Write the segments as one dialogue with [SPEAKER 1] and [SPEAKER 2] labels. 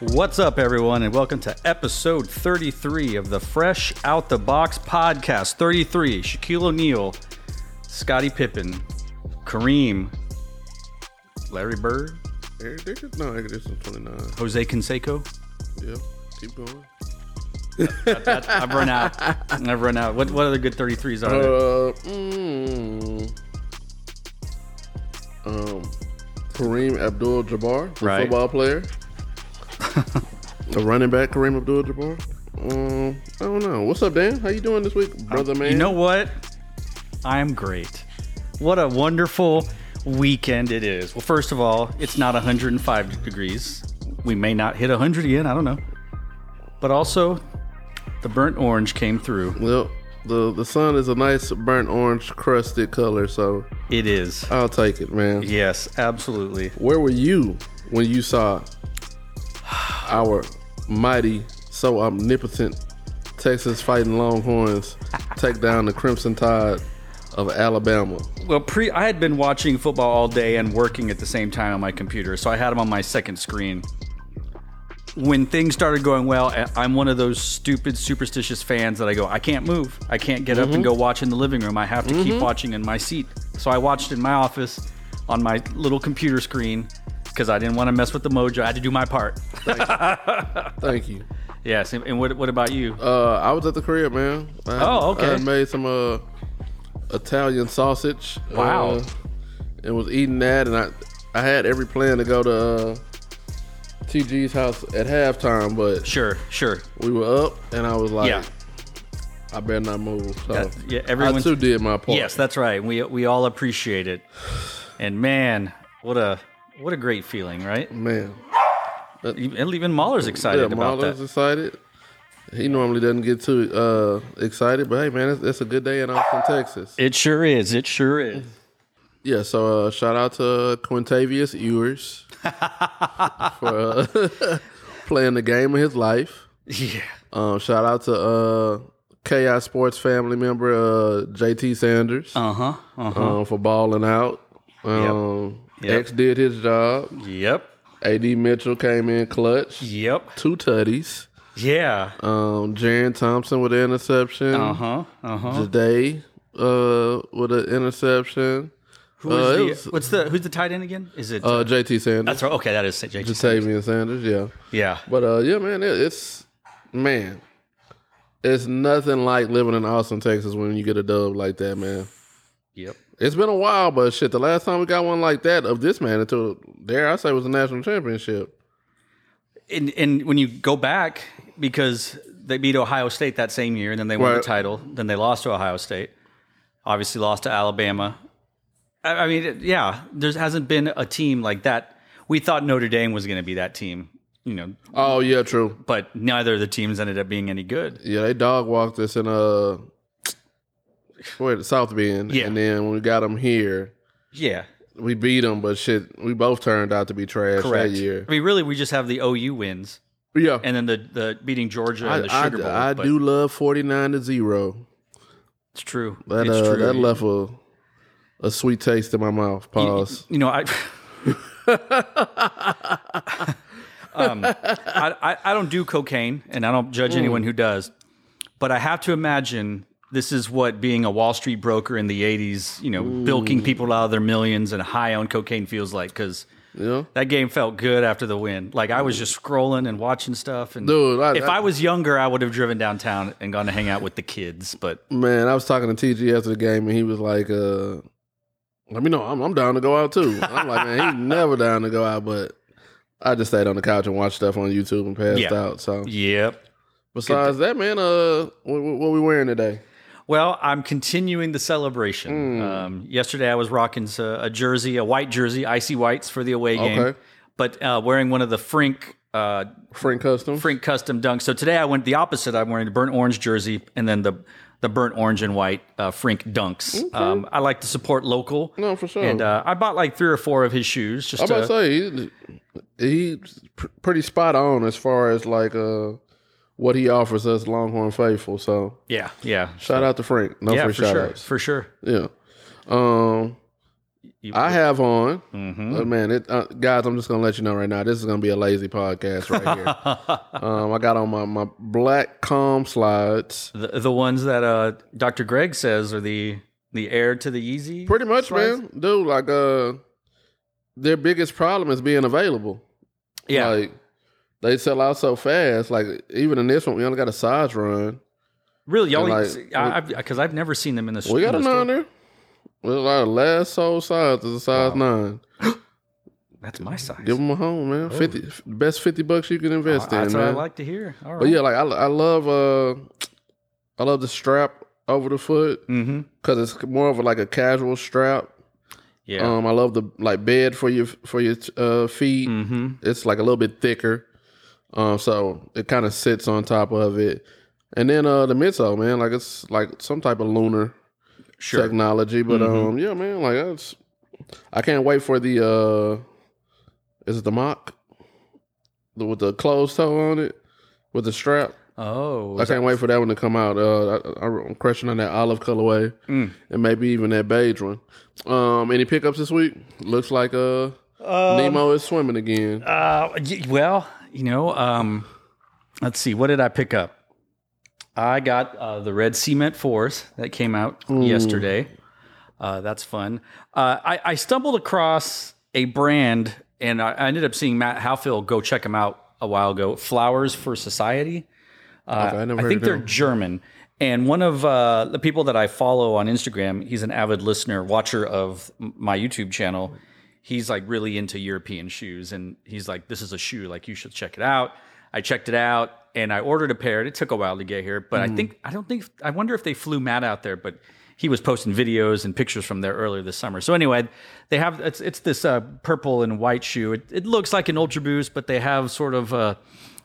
[SPEAKER 1] What's up, everyone, and welcome to episode 33 of the Fresh Out the Box podcast. 33, Shaquille O'Neal, Scottie Pippen, Kareem, Larry Bird,
[SPEAKER 2] Eric Dickens? No, Eric Dickens 29.
[SPEAKER 1] Jose Canseco.
[SPEAKER 2] Yep. Keep going.
[SPEAKER 1] I've run out. I've run out. What, what other good 33s are there?
[SPEAKER 2] Uh, mm, um, Kareem Abdul Jabbar, the
[SPEAKER 1] Right.
[SPEAKER 2] football player. the running back, Kareem Abdul Jabbar. Um, I don't know. What's up, Dan? How you doing this week, brother man?
[SPEAKER 1] Um, You know what? I'm great. What a wonderful weekend it is. Well, first of all, it's not 105 degrees. We may not hit 100 again. I don't know. But also, the burnt orange came through.
[SPEAKER 2] Well, the, the sun is a nice burnt orange crusted color, so
[SPEAKER 1] It is.
[SPEAKER 2] I'll take it, man.
[SPEAKER 1] Yes, absolutely.
[SPEAKER 2] Where were you when you saw our mighty, so omnipotent Texas fighting Longhorns take down the Crimson Tide of Alabama?
[SPEAKER 1] Well, pre I had been watching football all day and working at the same time on my computer, so I had them on my second screen. When things started going well, I- I'm one of those stupid superstitious fans that I go, I can't move. I can't get up and
[SPEAKER 2] Mm-hmm.
[SPEAKER 1] go watch in the living room. I have to keep watching in my seat. So I watched in my office on my little computer screen because I didn't want to mess with the mojo. I had to do my part.
[SPEAKER 2] Thank you.
[SPEAKER 1] yes. And, and what, what about you?
[SPEAKER 2] Uh, I was at the crib, man. I had-
[SPEAKER 1] Oh, okay.
[SPEAKER 2] I had made some uh, Italian sausage.
[SPEAKER 1] Wow.
[SPEAKER 2] uh, and was eating that, and I, I had every plan to go to uh, TG's house at halftime, but
[SPEAKER 1] Sure, sure.
[SPEAKER 2] we were up, and I was like,
[SPEAKER 1] Yeah.
[SPEAKER 2] I better not move. uh, So
[SPEAKER 1] Yeah, yeah,
[SPEAKER 2] I
[SPEAKER 1] everyone's-
[SPEAKER 2] too did my part.
[SPEAKER 1] Yes, that's right. We we all appreciate it. And man, what a what a great feeling, right?
[SPEAKER 2] man.
[SPEAKER 1] Even even Mahler's
[SPEAKER 2] Yeah,
[SPEAKER 1] excited about
[SPEAKER 2] Marlon's
[SPEAKER 1] that.
[SPEAKER 2] excited. He normally doesn't get too uh, excited, but hey, man, that's, that's a good day in Austin, Texas.
[SPEAKER 1] It sure is. It sure is.
[SPEAKER 2] Yeah, so uh, shout out to Quintavious Ewers for uh, playing the game of his life.
[SPEAKER 1] Yeah.
[SPEAKER 2] Um, shout out to uh, KI Sports family member uh, JT Sanders
[SPEAKER 1] Uh huh. Uh huh.
[SPEAKER 2] um, for balling out. Um,
[SPEAKER 1] Yep.
[SPEAKER 2] X did his job.
[SPEAKER 1] Yep.
[SPEAKER 2] AD Mitchell came in clutch.
[SPEAKER 1] Yep.
[SPEAKER 2] Two tutties.
[SPEAKER 1] Yeah.
[SPEAKER 2] Um, Jaron Thompson with the interception.
[SPEAKER 1] Uh huh. Uh huh.
[SPEAKER 2] Today, uh, with an interception.
[SPEAKER 1] Who
[SPEAKER 2] uh, it
[SPEAKER 1] is
[SPEAKER 2] was-
[SPEAKER 1] the, what's the who's the tight end again? Is it?
[SPEAKER 2] Uh, JT Sanders,
[SPEAKER 1] that's right. Okay, that is JT.
[SPEAKER 2] Tavian Sanders, yeah.
[SPEAKER 1] Yeah.
[SPEAKER 2] But uh, yeah, man, it, it's man, it's nothing like living in Austin, Texas, when you get a dub like that, man.
[SPEAKER 1] Yep.
[SPEAKER 2] It's been a while, but shit, the last time we got one like that of this man until dare I say was a national championship.
[SPEAKER 1] And and when you go back because they beat Ohio State that same year, and then they won the
[SPEAKER 2] Right.
[SPEAKER 1] title. Then they lost to Ohio State. Obviously, lost to Alabama. I, I mean, it- yeah, there hasn't been a team like that. We thought Notre Dame was going to be that team, you know,
[SPEAKER 2] Oh yeah, true.
[SPEAKER 1] but neither of the teams ended up being any good.
[SPEAKER 2] Yeah, they dog walked us in uh where South Bend,
[SPEAKER 1] Yeah.
[SPEAKER 2] and then when we got them here,
[SPEAKER 1] Yeah,
[SPEAKER 2] we beat them. But shit, we both turned out to be trash
[SPEAKER 1] correct.
[SPEAKER 2] that year.
[SPEAKER 1] I mean, really, we just have the OU wins
[SPEAKER 2] Yeah,
[SPEAKER 1] and then the the beating Georgia
[SPEAKER 2] I,
[SPEAKER 1] and the Sugar
[SPEAKER 2] I-
[SPEAKER 1] Bowl.
[SPEAKER 2] I
[SPEAKER 1] but
[SPEAKER 2] do love forty nine to zero.
[SPEAKER 1] It's true.
[SPEAKER 2] That
[SPEAKER 1] it's
[SPEAKER 2] uh,
[SPEAKER 1] true.
[SPEAKER 2] that left a a sweet taste in my mouth. Pause.
[SPEAKER 1] You know, I. Um, I, I, I don't do cocaine and I don't judge anyone who does, but I have to imagine this is what being a Wall Street broker in the 80s, you know, bilking people out of their millions and high on cocaine feels like because
[SPEAKER 2] yeah,
[SPEAKER 1] that game felt good after the win. Like I was just scrolling and watching stuff. And
[SPEAKER 2] Dude, I-
[SPEAKER 1] if
[SPEAKER 2] I-
[SPEAKER 1] I, was younger, I would have driven downtown and gone to hang out with the kids, but
[SPEAKER 2] man. I was talking to TG after the game, and he was like, uh, "Let me know. I'm, I'm down to go out too." I'm like, man, he never down to go out, but. I just stayed on the couch and watched stuff on YouTube and passed
[SPEAKER 1] Yeah.
[SPEAKER 2] out. So
[SPEAKER 1] yep.
[SPEAKER 2] besides that, man, uh, what, what, what we wearing today?
[SPEAKER 1] Well, I'm continuing the celebration.
[SPEAKER 2] Hmm.
[SPEAKER 1] Um, yesterday, I was rocking s- a, a jersey, a white jersey, icy whites for the away game,
[SPEAKER 2] Okay.
[SPEAKER 1] but uh, wearing one of the Frink uh,
[SPEAKER 2] Frank Custom.
[SPEAKER 1] Frink custom dunks. So today, I went the opposite. I'm wearing the burnt orange jersey and then the the burnt orange and white uh, Frink dunks. Um, I like to support local,
[SPEAKER 2] No, for sure.
[SPEAKER 1] and uh, I bought like three or four of his shoes. Just
[SPEAKER 2] I'm
[SPEAKER 1] to,
[SPEAKER 2] about to say he, he's pr- pretty spot on as far as like uh what he offers us Longhorn faithful. So
[SPEAKER 1] yeah, yeah,
[SPEAKER 2] shout out to Frank. No
[SPEAKER 1] yeah,
[SPEAKER 2] free
[SPEAKER 1] for
[SPEAKER 2] shout
[SPEAKER 1] sure,
[SPEAKER 2] outs.
[SPEAKER 1] for sure.
[SPEAKER 2] Yeah. Um
[SPEAKER 1] You-
[SPEAKER 2] I have on.
[SPEAKER 1] Mhm.
[SPEAKER 2] Oh, man, it, uh, guys, I'm just gonna let you know right now. This is gonna be a lazy podcast right here.
[SPEAKER 1] Mm-hmm.
[SPEAKER 2] um, I got on my my black calm slides.
[SPEAKER 1] The, the ones that uh, Dr. Greg says are the the heir to the Yeezy.
[SPEAKER 2] Pretty much,
[SPEAKER 1] slides?
[SPEAKER 2] man, dude. Like, uh, their biggest problem is being available.
[SPEAKER 1] Yeah.
[SPEAKER 2] Like, they sell out so fast. Like, even in this one, we only got a size run.
[SPEAKER 1] really? Y'all,
[SPEAKER 2] like,
[SPEAKER 1] because I've, 'cause I've never seen them in the
[SPEAKER 2] We
[SPEAKER 1] in
[SPEAKER 2] got
[SPEAKER 1] the
[SPEAKER 2] a
[SPEAKER 1] store.
[SPEAKER 2] nine there. Well, our last sold size is a size nine.
[SPEAKER 1] That's my size.
[SPEAKER 2] Give them a home, man. Fifty best fifty bucks you can
[SPEAKER 1] Oh,
[SPEAKER 2] invest in,
[SPEAKER 1] that's what
[SPEAKER 2] man.
[SPEAKER 1] I like to hear. All right.
[SPEAKER 2] But yeah, like I, I love uh, I love the strap over the foot
[SPEAKER 1] Mm-hmm.
[SPEAKER 2] because it's more of a, like a casual strap.
[SPEAKER 1] Yeah.
[SPEAKER 2] Um, I love the like bed for your for your uh, feet.
[SPEAKER 1] mm-hmm.
[SPEAKER 2] It's like a little bit thicker, um, so it kind of sits on top of it. And then uh, the midsole, man, like it's like some type of lunar
[SPEAKER 1] Sure. Mm-hmm.
[SPEAKER 2] technology. But um, yeah, man, like that's I can't wait for the uh, is it the mock the, with the closed toe on it with the strap.
[SPEAKER 1] Oh.
[SPEAKER 2] I
[SPEAKER 1] is that-
[SPEAKER 2] can't wait for that one to come out. Uh, I, I'm questioning that olive colorway
[SPEAKER 1] Mm.
[SPEAKER 2] and maybe even that beige one. Um, any pickups this week? Looks like uh,
[SPEAKER 1] Um,
[SPEAKER 2] Nemo is swimming again.
[SPEAKER 1] Uh, y- well, you know, um, let's see. What did I pick up? I got uh, the Red Cement Force that came out yesterday. Uh, that's fun. Uh, I, I stumbled across a brand, and I, I ended up seeing Matt Howfield go check him out a while ago. Flowers for Society. Uh,
[SPEAKER 2] Okay, I never
[SPEAKER 1] I
[SPEAKER 2] heard
[SPEAKER 1] think
[SPEAKER 2] of that
[SPEAKER 1] they're German. And one of uh, the people that I follow on Instagram, he's an avid listener, watcher of m- my YouTube channel. He's like really into European shoes. And he's like, this is a shoe. Like, you should check it out. I checked it out and I ordered a pair. It took a while to get here, but
[SPEAKER 2] Hmm.
[SPEAKER 1] I think, I don't think, I wonder if they flew Matt out there, but he was posting videos and pictures from there earlier this summer. So anyway, they have, it's, it's this uh, purple and white shoe. It, it looks like an Ultra Boost, but they have sort of a,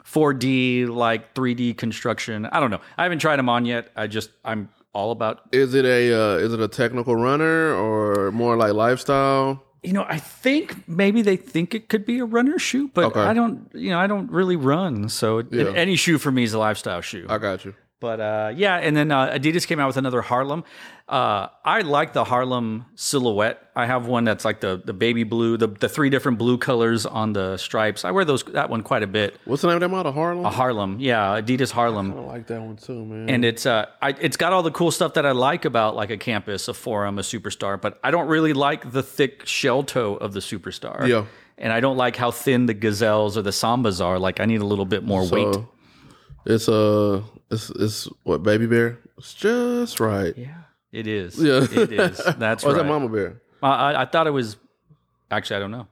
[SPEAKER 1] 4D like 3D construction. I don't know. I haven't tried them on yet. I just I'm all about
[SPEAKER 2] Is it a uh, is it a technical runner or more like lifestyle?
[SPEAKER 1] you know, I think maybe they think it could be a runner shoe, but
[SPEAKER 2] Okay.
[SPEAKER 1] I don't you know, I don't really run, so it-
[SPEAKER 2] Yeah.
[SPEAKER 1] any shoe for me is a lifestyle shoe.
[SPEAKER 2] I got you.
[SPEAKER 1] But uh, yeah, and then uh, Adidas came out with another Harlem. Uh, I like the Harlem silhouette. I have one that's like the the baby blue, the the three different blue colors on the stripes. I wear those that one quite a bit.
[SPEAKER 2] What's the name of that model? Harlem.
[SPEAKER 1] A Harlem. Yeah, Adidas Harlem.
[SPEAKER 2] I like that one too, man.
[SPEAKER 1] and it's uh, I, it's got all the cool stuff that I like about like a campus, a forum, a superstar. But I don't really like the thick shell toe of the superstar.
[SPEAKER 2] Yeah.
[SPEAKER 1] and I don't like how thin the gazelles or the sambas are. Like I need a little bit more weight.
[SPEAKER 2] So, it's uh it's it's what baby bear? It's just right. Yeah.
[SPEAKER 1] Yeah, it is.
[SPEAKER 2] Yeah.
[SPEAKER 1] it is. That's
[SPEAKER 2] Or is
[SPEAKER 1] right.
[SPEAKER 2] that mama bear?
[SPEAKER 1] I, I, I thought it was. Actually, I don't know.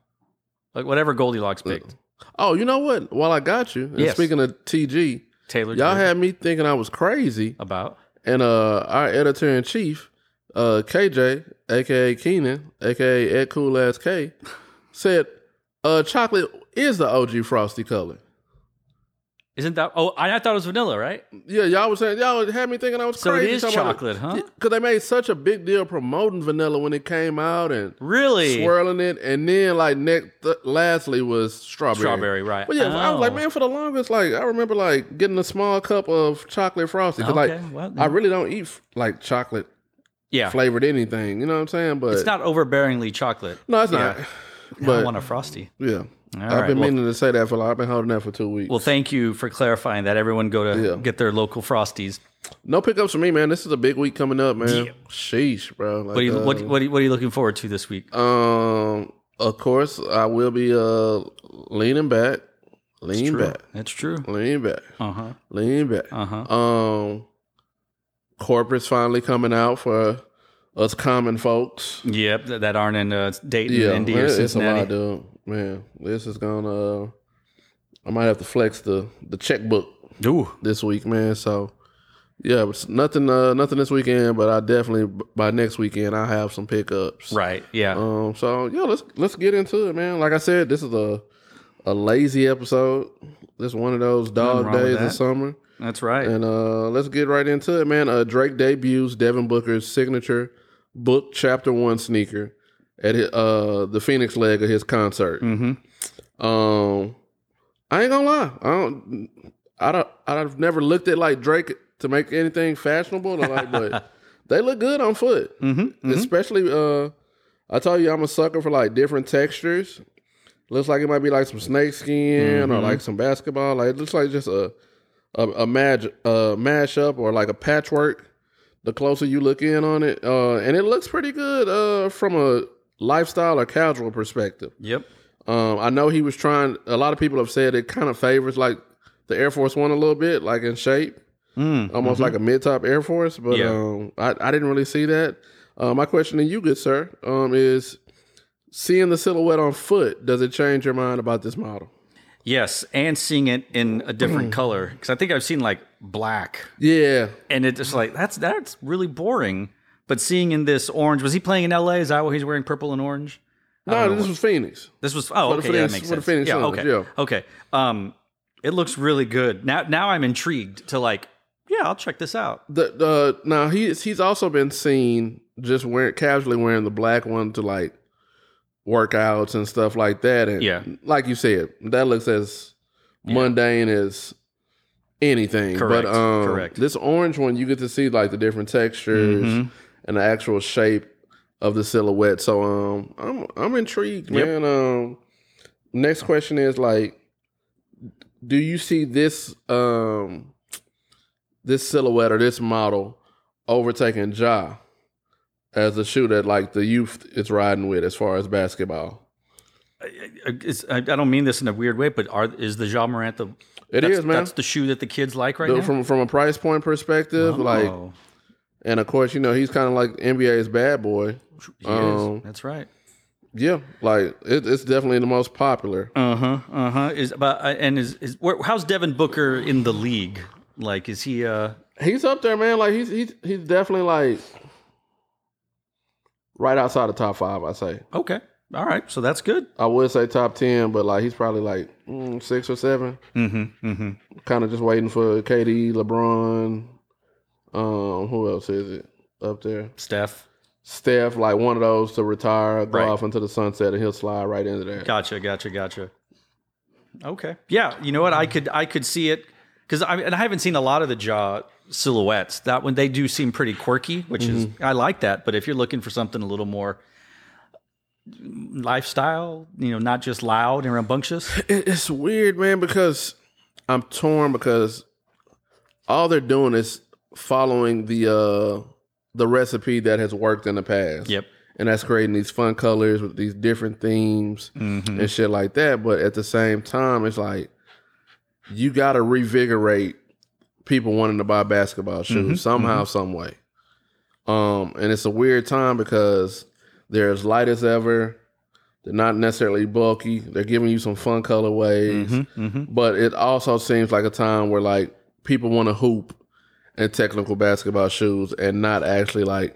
[SPEAKER 1] Like whatever Goldilocks picked,
[SPEAKER 2] Oh, you know what? While I got you, and
[SPEAKER 1] Yes.
[SPEAKER 2] speaking of TG,
[SPEAKER 1] Taylor.
[SPEAKER 2] y'all
[SPEAKER 1] Swift
[SPEAKER 2] had me thinking I was crazy,
[SPEAKER 1] about.
[SPEAKER 2] and uh, our editor in chief, uh, KJ, aka Keenan, aka Ed Cool Ass K, said, "Uh, chocolate is the OG frosty color."
[SPEAKER 1] Isn't that? Oh, I, I thought it was vanilla, right?
[SPEAKER 2] Yeah, y'all was saying y'all had me thinking I was
[SPEAKER 1] So
[SPEAKER 2] crazy.
[SPEAKER 1] it is chocolate, huh?
[SPEAKER 2] Because they made such a big deal promoting vanilla when it came out and
[SPEAKER 1] Really?
[SPEAKER 2] swirling it, and then like next, th- lastly was strawberry.
[SPEAKER 1] Strawberry, right?
[SPEAKER 2] But yeah, I was like,
[SPEAKER 1] Oh.
[SPEAKER 2] man, for the longest, like I remember like getting a small cup of chocolate frosty. 'cause,
[SPEAKER 1] Okay,
[SPEAKER 2] like
[SPEAKER 1] well,
[SPEAKER 2] I really don't eat f- like chocolate
[SPEAKER 1] yeah.
[SPEAKER 2] flavored anything. You know what I'm saying? But
[SPEAKER 1] It's not overbearingly chocolate.
[SPEAKER 2] no, it's not.
[SPEAKER 1] I
[SPEAKER 2] But
[SPEAKER 1] want a frosty.
[SPEAKER 2] yeah, I've
[SPEAKER 1] right,
[SPEAKER 2] been
[SPEAKER 1] well-
[SPEAKER 2] meaning to say that for like I've been holding that for two weeks.
[SPEAKER 1] Well, thank you for clarifying that. Everyone go to
[SPEAKER 2] Yeah.
[SPEAKER 1] get their local frosties.
[SPEAKER 2] no pickups for me, man. This is a big week coming up, man. Sheesh, bro. Like,
[SPEAKER 1] What are you,
[SPEAKER 2] uh,
[SPEAKER 1] what, what, are you, what are you looking forward to this week?
[SPEAKER 2] Um, of course, I will be uh leaning back, lean back,
[SPEAKER 1] That's true.
[SPEAKER 2] lean back,
[SPEAKER 1] Uh huh.
[SPEAKER 2] lean back.
[SPEAKER 1] Uh huh.
[SPEAKER 2] Um, corporate's finally coming out for us common folks.
[SPEAKER 1] Yep. That, that aren't in uh, Dayton,
[SPEAKER 2] Yeah,
[SPEAKER 1] Indy,
[SPEAKER 2] man,
[SPEAKER 1] or
[SPEAKER 2] it's a lot,
[SPEAKER 1] Cincinnati.
[SPEAKER 2] dude. Man, this is gonna. uh, I might have to flex the the checkbook
[SPEAKER 1] Ooh.
[SPEAKER 2] this week, man. So. Yeah, it's nothing. Uh, nothing this weekend, but I definitely by next weekend I have some pickups.
[SPEAKER 1] Right. Yeah.
[SPEAKER 2] Um, so yeah, let's let's get into it, man. Like I said, this is a a lazy episode. This is one of those dog
[SPEAKER 1] wrong with
[SPEAKER 2] days
[SPEAKER 1] that.
[SPEAKER 2] of summer,
[SPEAKER 1] That's right.
[SPEAKER 2] and uh, let's get right into it, man. Uh, Drake debuts Devin Booker's signature book chapter one sneaker at hi- uh the Phoenix leg of his concert.
[SPEAKER 1] mm-hmm.
[SPEAKER 2] Um, I ain't gonna lie, I don't, I don't, I've never looked at like Drake to make anything fashionable, or like, but they look good on foot
[SPEAKER 1] Mm-hmm.
[SPEAKER 2] especially uh I told you I'm a sucker for like different textures. Looks like it might be like some snake skin or like some basketball. Like it looks like just a a, a mag a mashup or like a patchwork. The closer you look in on it, uh, and it looks pretty good uh, from a lifestyle or casual perspective.
[SPEAKER 1] Yep.
[SPEAKER 2] Um, I know he was trying. A lot of people have said it kind of favors like the Air Force One a little bit, like in shape, almost like a mid-top Air Force. But
[SPEAKER 1] Mm, mm-hmm. Yeah.
[SPEAKER 2] um, I, I didn't really see that. Uh, my question to you, good sir, um, is seeing the silhouette on foot does it change your mind about this model?
[SPEAKER 1] Yes, and seeing it in a different
[SPEAKER 2] Mm.
[SPEAKER 1] color because I think I've seen like black,
[SPEAKER 2] Yeah,
[SPEAKER 1] and it's just like that's that's really boring. But seeing in this orange, was he playing in L.A.? Is that why he's wearing purple and orange?
[SPEAKER 2] no, this was Phoenix.
[SPEAKER 1] This was oh
[SPEAKER 2] the
[SPEAKER 1] okay, yeah, that
[SPEAKER 2] Phoenix-
[SPEAKER 1] makes
[SPEAKER 2] for the
[SPEAKER 1] sense.
[SPEAKER 2] Phoenix
[SPEAKER 1] yeah,
[SPEAKER 2] Suns,
[SPEAKER 1] okay,
[SPEAKER 2] yeah.
[SPEAKER 1] okay. Um, it looks really good. Now, now I'm intrigued to like, yeah, I'll check this out.
[SPEAKER 2] The, the now he's he's also been seen just wearing casually wearing the black one to like workouts and stuff like that. And
[SPEAKER 1] Yeah.
[SPEAKER 2] like you said, that looks as mundane as anything.
[SPEAKER 1] Correct,
[SPEAKER 2] But um,
[SPEAKER 1] correct.
[SPEAKER 2] this orange one, you get to see like the different textures
[SPEAKER 1] Mhm.
[SPEAKER 2] and the actual shape of the silhouette. So um, I'm I'm intrigued,
[SPEAKER 1] Yep.
[SPEAKER 2] man. Um, next question is like, do you see this um this silhouette or this model overtaking Ja as the shoe that like the youth is riding with as far as basketball?
[SPEAKER 1] It's, I, I don't mean this in a weird way, but are is the Jean Morant the
[SPEAKER 2] It is,
[SPEAKER 1] that's,
[SPEAKER 2] man.
[SPEAKER 1] That's the shoe that the kids like right
[SPEAKER 2] The-
[SPEAKER 1] now.
[SPEAKER 2] from from a price point perspective, like,
[SPEAKER 1] Oh,
[SPEAKER 2] and of course, you know he's kind of like NBA's bad boy.
[SPEAKER 1] he is.
[SPEAKER 2] um,
[SPEAKER 1] that's right.
[SPEAKER 2] Yeah, like it, it's definitely the most popular.
[SPEAKER 1] Uh huh. Uh huh. Is but uh, and is is where, how's Devin Booker in the league? Like, is he? uh
[SPEAKER 2] He's up there, man. Like he's he's he's definitely like right outside the top five. I say
[SPEAKER 1] Okay. All right. So that's good.
[SPEAKER 2] I would say top ten, but like he's probably like mm, six or seven.
[SPEAKER 1] Mm-hmm. Mm-hmm.
[SPEAKER 2] Kind of just waiting for KD, LeBron. Um, who else is it up there?
[SPEAKER 1] Steph.
[SPEAKER 2] Steph, like one of those to retire, go
[SPEAKER 1] Right.
[SPEAKER 2] off into the sunset, and he'll slide right into that.
[SPEAKER 1] Gotcha, gotcha, gotcha. Okay. Yeah, you know what? I could I could see it because I and I haven't seen a lot of the jaw silhouettes. That one they do seem pretty quirky, which is I like that. But if you're looking for something a little more lifestyle, you know, not just loud and rambunctious.
[SPEAKER 2] It- it's weird, man, because I'm torn because all they're doing is following the uh the recipe that has worked in the past.
[SPEAKER 1] Yep.
[SPEAKER 2] and that's creating these fun colors with these different themes
[SPEAKER 1] Mm-hmm.
[SPEAKER 2] and shit like that. But at the same time, it's like you got to revigorate people wanting to buy basketball shoes somehow, some way. Um, and it's a weird time because they're as light as ever. They're not necessarily bulky. They're giving you some fun colorways,
[SPEAKER 1] Mm-hmm.
[SPEAKER 2] but it also seems like a time where like people want to hoop in technical basketball shoes and not actually like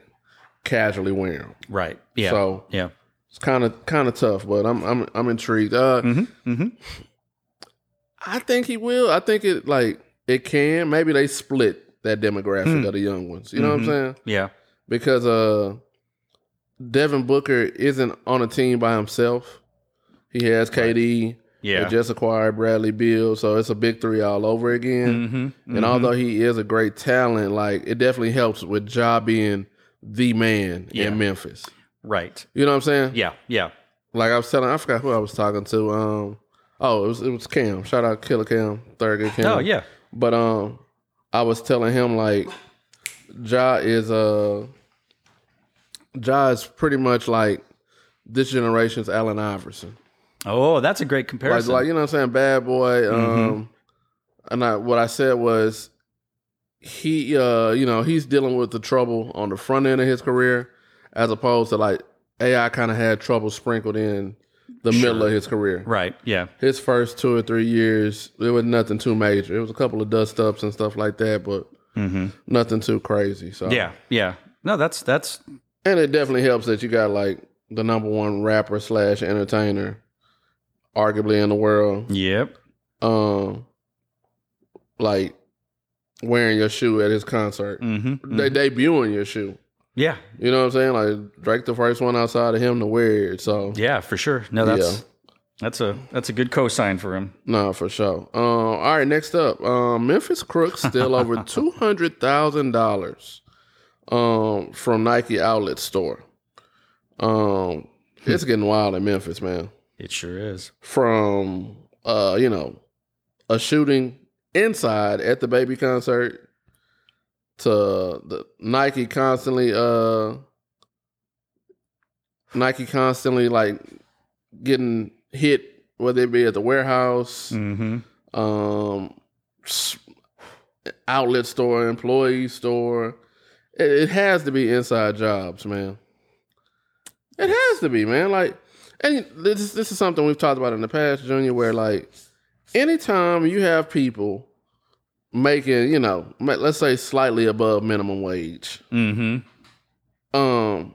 [SPEAKER 2] casually wear them.
[SPEAKER 1] Right. Yeah.
[SPEAKER 2] So-
[SPEAKER 1] yeah.
[SPEAKER 2] It's kind of kind of tough, but I'm I'm I'm intrigued. Uh,
[SPEAKER 1] Hmm. Mm-hmm,
[SPEAKER 2] I think he will. I think it like it can. Maybe they split that
[SPEAKER 1] Hmm.
[SPEAKER 2] demographic of the young ones. You know what
[SPEAKER 1] Mm-hmm.
[SPEAKER 2] I'm saying?
[SPEAKER 1] Yeah.
[SPEAKER 2] Because uh, Devin Booker isn't on a team by himself. He has KD.
[SPEAKER 1] Yeah.
[SPEAKER 2] They just acquired Bradley Beal, so it's a big three all over
[SPEAKER 1] Mm-hmm.
[SPEAKER 2] again. And although he is a great talent, like it definitely helps with Ja being the man
[SPEAKER 1] Yeah.
[SPEAKER 2] in Memphis.
[SPEAKER 1] mm-hmm. right.
[SPEAKER 2] You know what I'm saying?
[SPEAKER 1] Yeah. Yeah.
[SPEAKER 2] like I was telling, I forgot who I was talking to. Um, oh, it was it was Cam. Shout out Killer Cam, Thurgood Cam.
[SPEAKER 1] Oh yeah.
[SPEAKER 2] But um, I was telling him like, Ja is uh, Ja is pretty much like this generation's Allen Iverson.
[SPEAKER 1] Oh, that's a great
[SPEAKER 2] Like,
[SPEAKER 1] comparison.
[SPEAKER 2] like you know what I'm saying, bad boy. Um, and I, what I said was, he uh, you know, he's dealing with the trouble on the front end of his career, as opposed to like AI kind of had trouble sprinkled in the middle of his career.
[SPEAKER 1] right. Yeah.
[SPEAKER 2] His first two or three years, it was nothing too major. It was a couple of dust ups and stuff like that, but nothing too crazy. So
[SPEAKER 1] Yeah. Yeah. No, that's that's
[SPEAKER 2] and it definitely helps that you got like the number one rapper slash entertainer, arguably in the world.
[SPEAKER 1] yep.
[SPEAKER 2] um like wearing your shoe at his concert.
[SPEAKER 1] Mm-hmm.
[SPEAKER 2] They debuting your shoe.
[SPEAKER 1] Yeah.
[SPEAKER 2] You know what I'm saying? Like Drake the first one outside of him to wear it. So
[SPEAKER 1] Yeah, for sure. No, that's
[SPEAKER 2] Yeah.
[SPEAKER 1] that's a that's a good cosign for him.
[SPEAKER 2] nah for sure. Um all right, next up. Um Memphis Crooks still over two hundred thousand dollars um from Nike outlet store. Um, it's getting wild in Memphis, man.
[SPEAKER 1] It sure is.
[SPEAKER 2] From uh, you know, a shooting inside at the baby concert to the Nike constantly uh Nike constantly like getting hit, whether it be at the warehouse,
[SPEAKER 1] Mm-hmm.
[SPEAKER 2] um, s- outlet store, employee store. It, it has to be inside jobs, man. It has to be, man. Like, and this is- this is something we've talked about in the past, Junior. Where like, anytime you have people making, you know, ma- let's say slightly above minimum wage,
[SPEAKER 1] Mm-hmm.
[SPEAKER 2] um,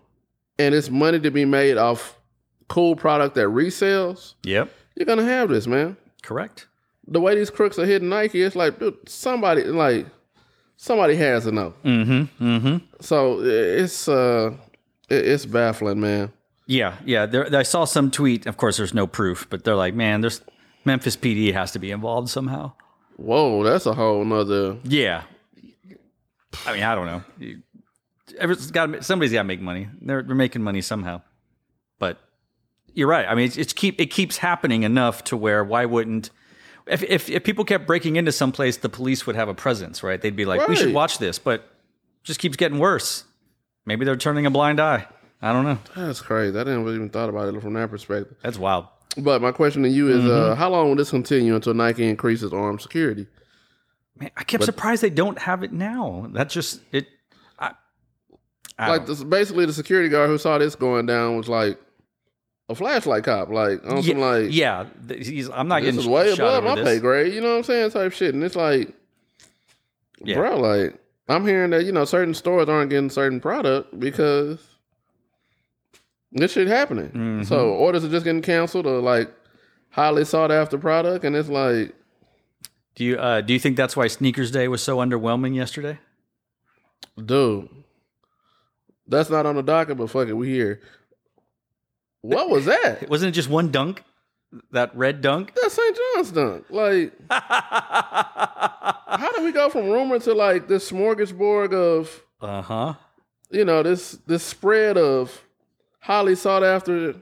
[SPEAKER 2] and it's money to be made off cool product that resells,
[SPEAKER 1] Yep.
[SPEAKER 2] you're gonna have this, man
[SPEAKER 1] Correct.
[SPEAKER 2] the way these crooks are hitting Nike, it's like, dude, somebody like somebody has to know.
[SPEAKER 1] Mm-hmm. Mm-hmm.
[SPEAKER 2] So i- it's uh i- it's baffling, man.
[SPEAKER 1] Yeah, yeah. There, I saw some tweet. Of course, there's no proof, but they're like, man, there's Memphis PD has to be involved somehow.
[SPEAKER 2] Whoa, that's a whole nother
[SPEAKER 1] Yeah. I mean, I don't know. You- Everyone's got somebody's got to make money. They're, they're making money somehow. But you're right. I mean, it's, it's keep it keeps happening enough to where why wouldn't if, if if people kept breaking into someplace, the police would have a presence, right? They'd be like, we should
[SPEAKER 2] Right.
[SPEAKER 1] watch this, but it just keeps getting worse. Maybe they're turning a blind eye. I don't know.
[SPEAKER 2] that's crazy. I didn't even thought about it from that perspective.
[SPEAKER 1] That's wild.
[SPEAKER 2] But my question to you is
[SPEAKER 1] Mm-hmm.
[SPEAKER 2] uh how long will this continue until Nike increases armed security?
[SPEAKER 1] Man, I kept surprised they don't have it now. That just it. I, I
[SPEAKER 2] Like
[SPEAKER 1] don't-
[SPEAKER 2] this basically the security guard who saw this going down was like a flashlight cop, like on
[SPEAKER 1] yeah,
[SPEAKER 2] some like
[SPEAKER 1] yeah, th- he's. I'm not
[SPEAKER 2] this
[SPEAKER 1] getting
[SPEAKER 2] is way
[SPEAKER 1] shot
[SPEAKER 2] above
[SPEAKER 1] over
[SPEAKER 2] my
[SPEAKER 1] this.
[SPEAKER 2] pay grade. You know what I'm saying? Type shit, and it's like,
[SPEAKER 1] Yeah.
[SPEAKER 2] bro, like I'm hearing that you know certain stores aren't getting certain product because this shit happening.
[SPEAKER 1] Mm-hmm.
[SPEAKER 2] So orders are just getting canceled or like highly sought after product, and it's like,
[SPEAKER 1] Do you uh, do you think that's why Sneakers Day was so underwhelming yesterday?
[SPEAKER 2] dude, that's not on the docket, but fuck it, we here. What was that?
[SPEAKER 1] Wasn't it just one dunk? That red dunk? Uh-huh,
[SPEAKER 2] That's St. John's dunk. Like,
[SPEAKER 1] uh
[SPEAKER 2] how do we go from rumor to like this smorgasbord of
[SPEAKER 1] huh.
[SPEAKER 2] you know this this spread of highly sought after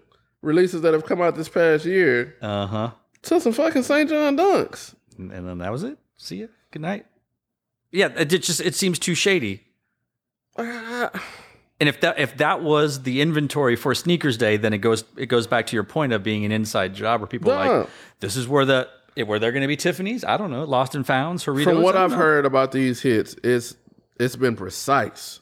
[SPEAKER 2] releases that have come out this past year
[SPEAKER 1] Uh huh.
[SPEAKER 2] to some fucking St. John Dunks.
[SPEAKER 1] And and then that was it. See you. Good night. Yeah, it it just it seems too shady. And if that if that was the inventory for Sneakers Day, then it goes it goes back to your point of being an inside job where people are
[SPEAKER 2] Nah.
[SPEAKER 1] like this is where the where they're going to be Tiffany's. I don't know, Lost and Found, Cerritos.
[SPEAKER 2] From what
[SPEAKER 1] I don't
[SPEAKER 2] I've
[SPEAKER 1] know.
[SPEAKER 2] heard about these hits, it's it's been precise.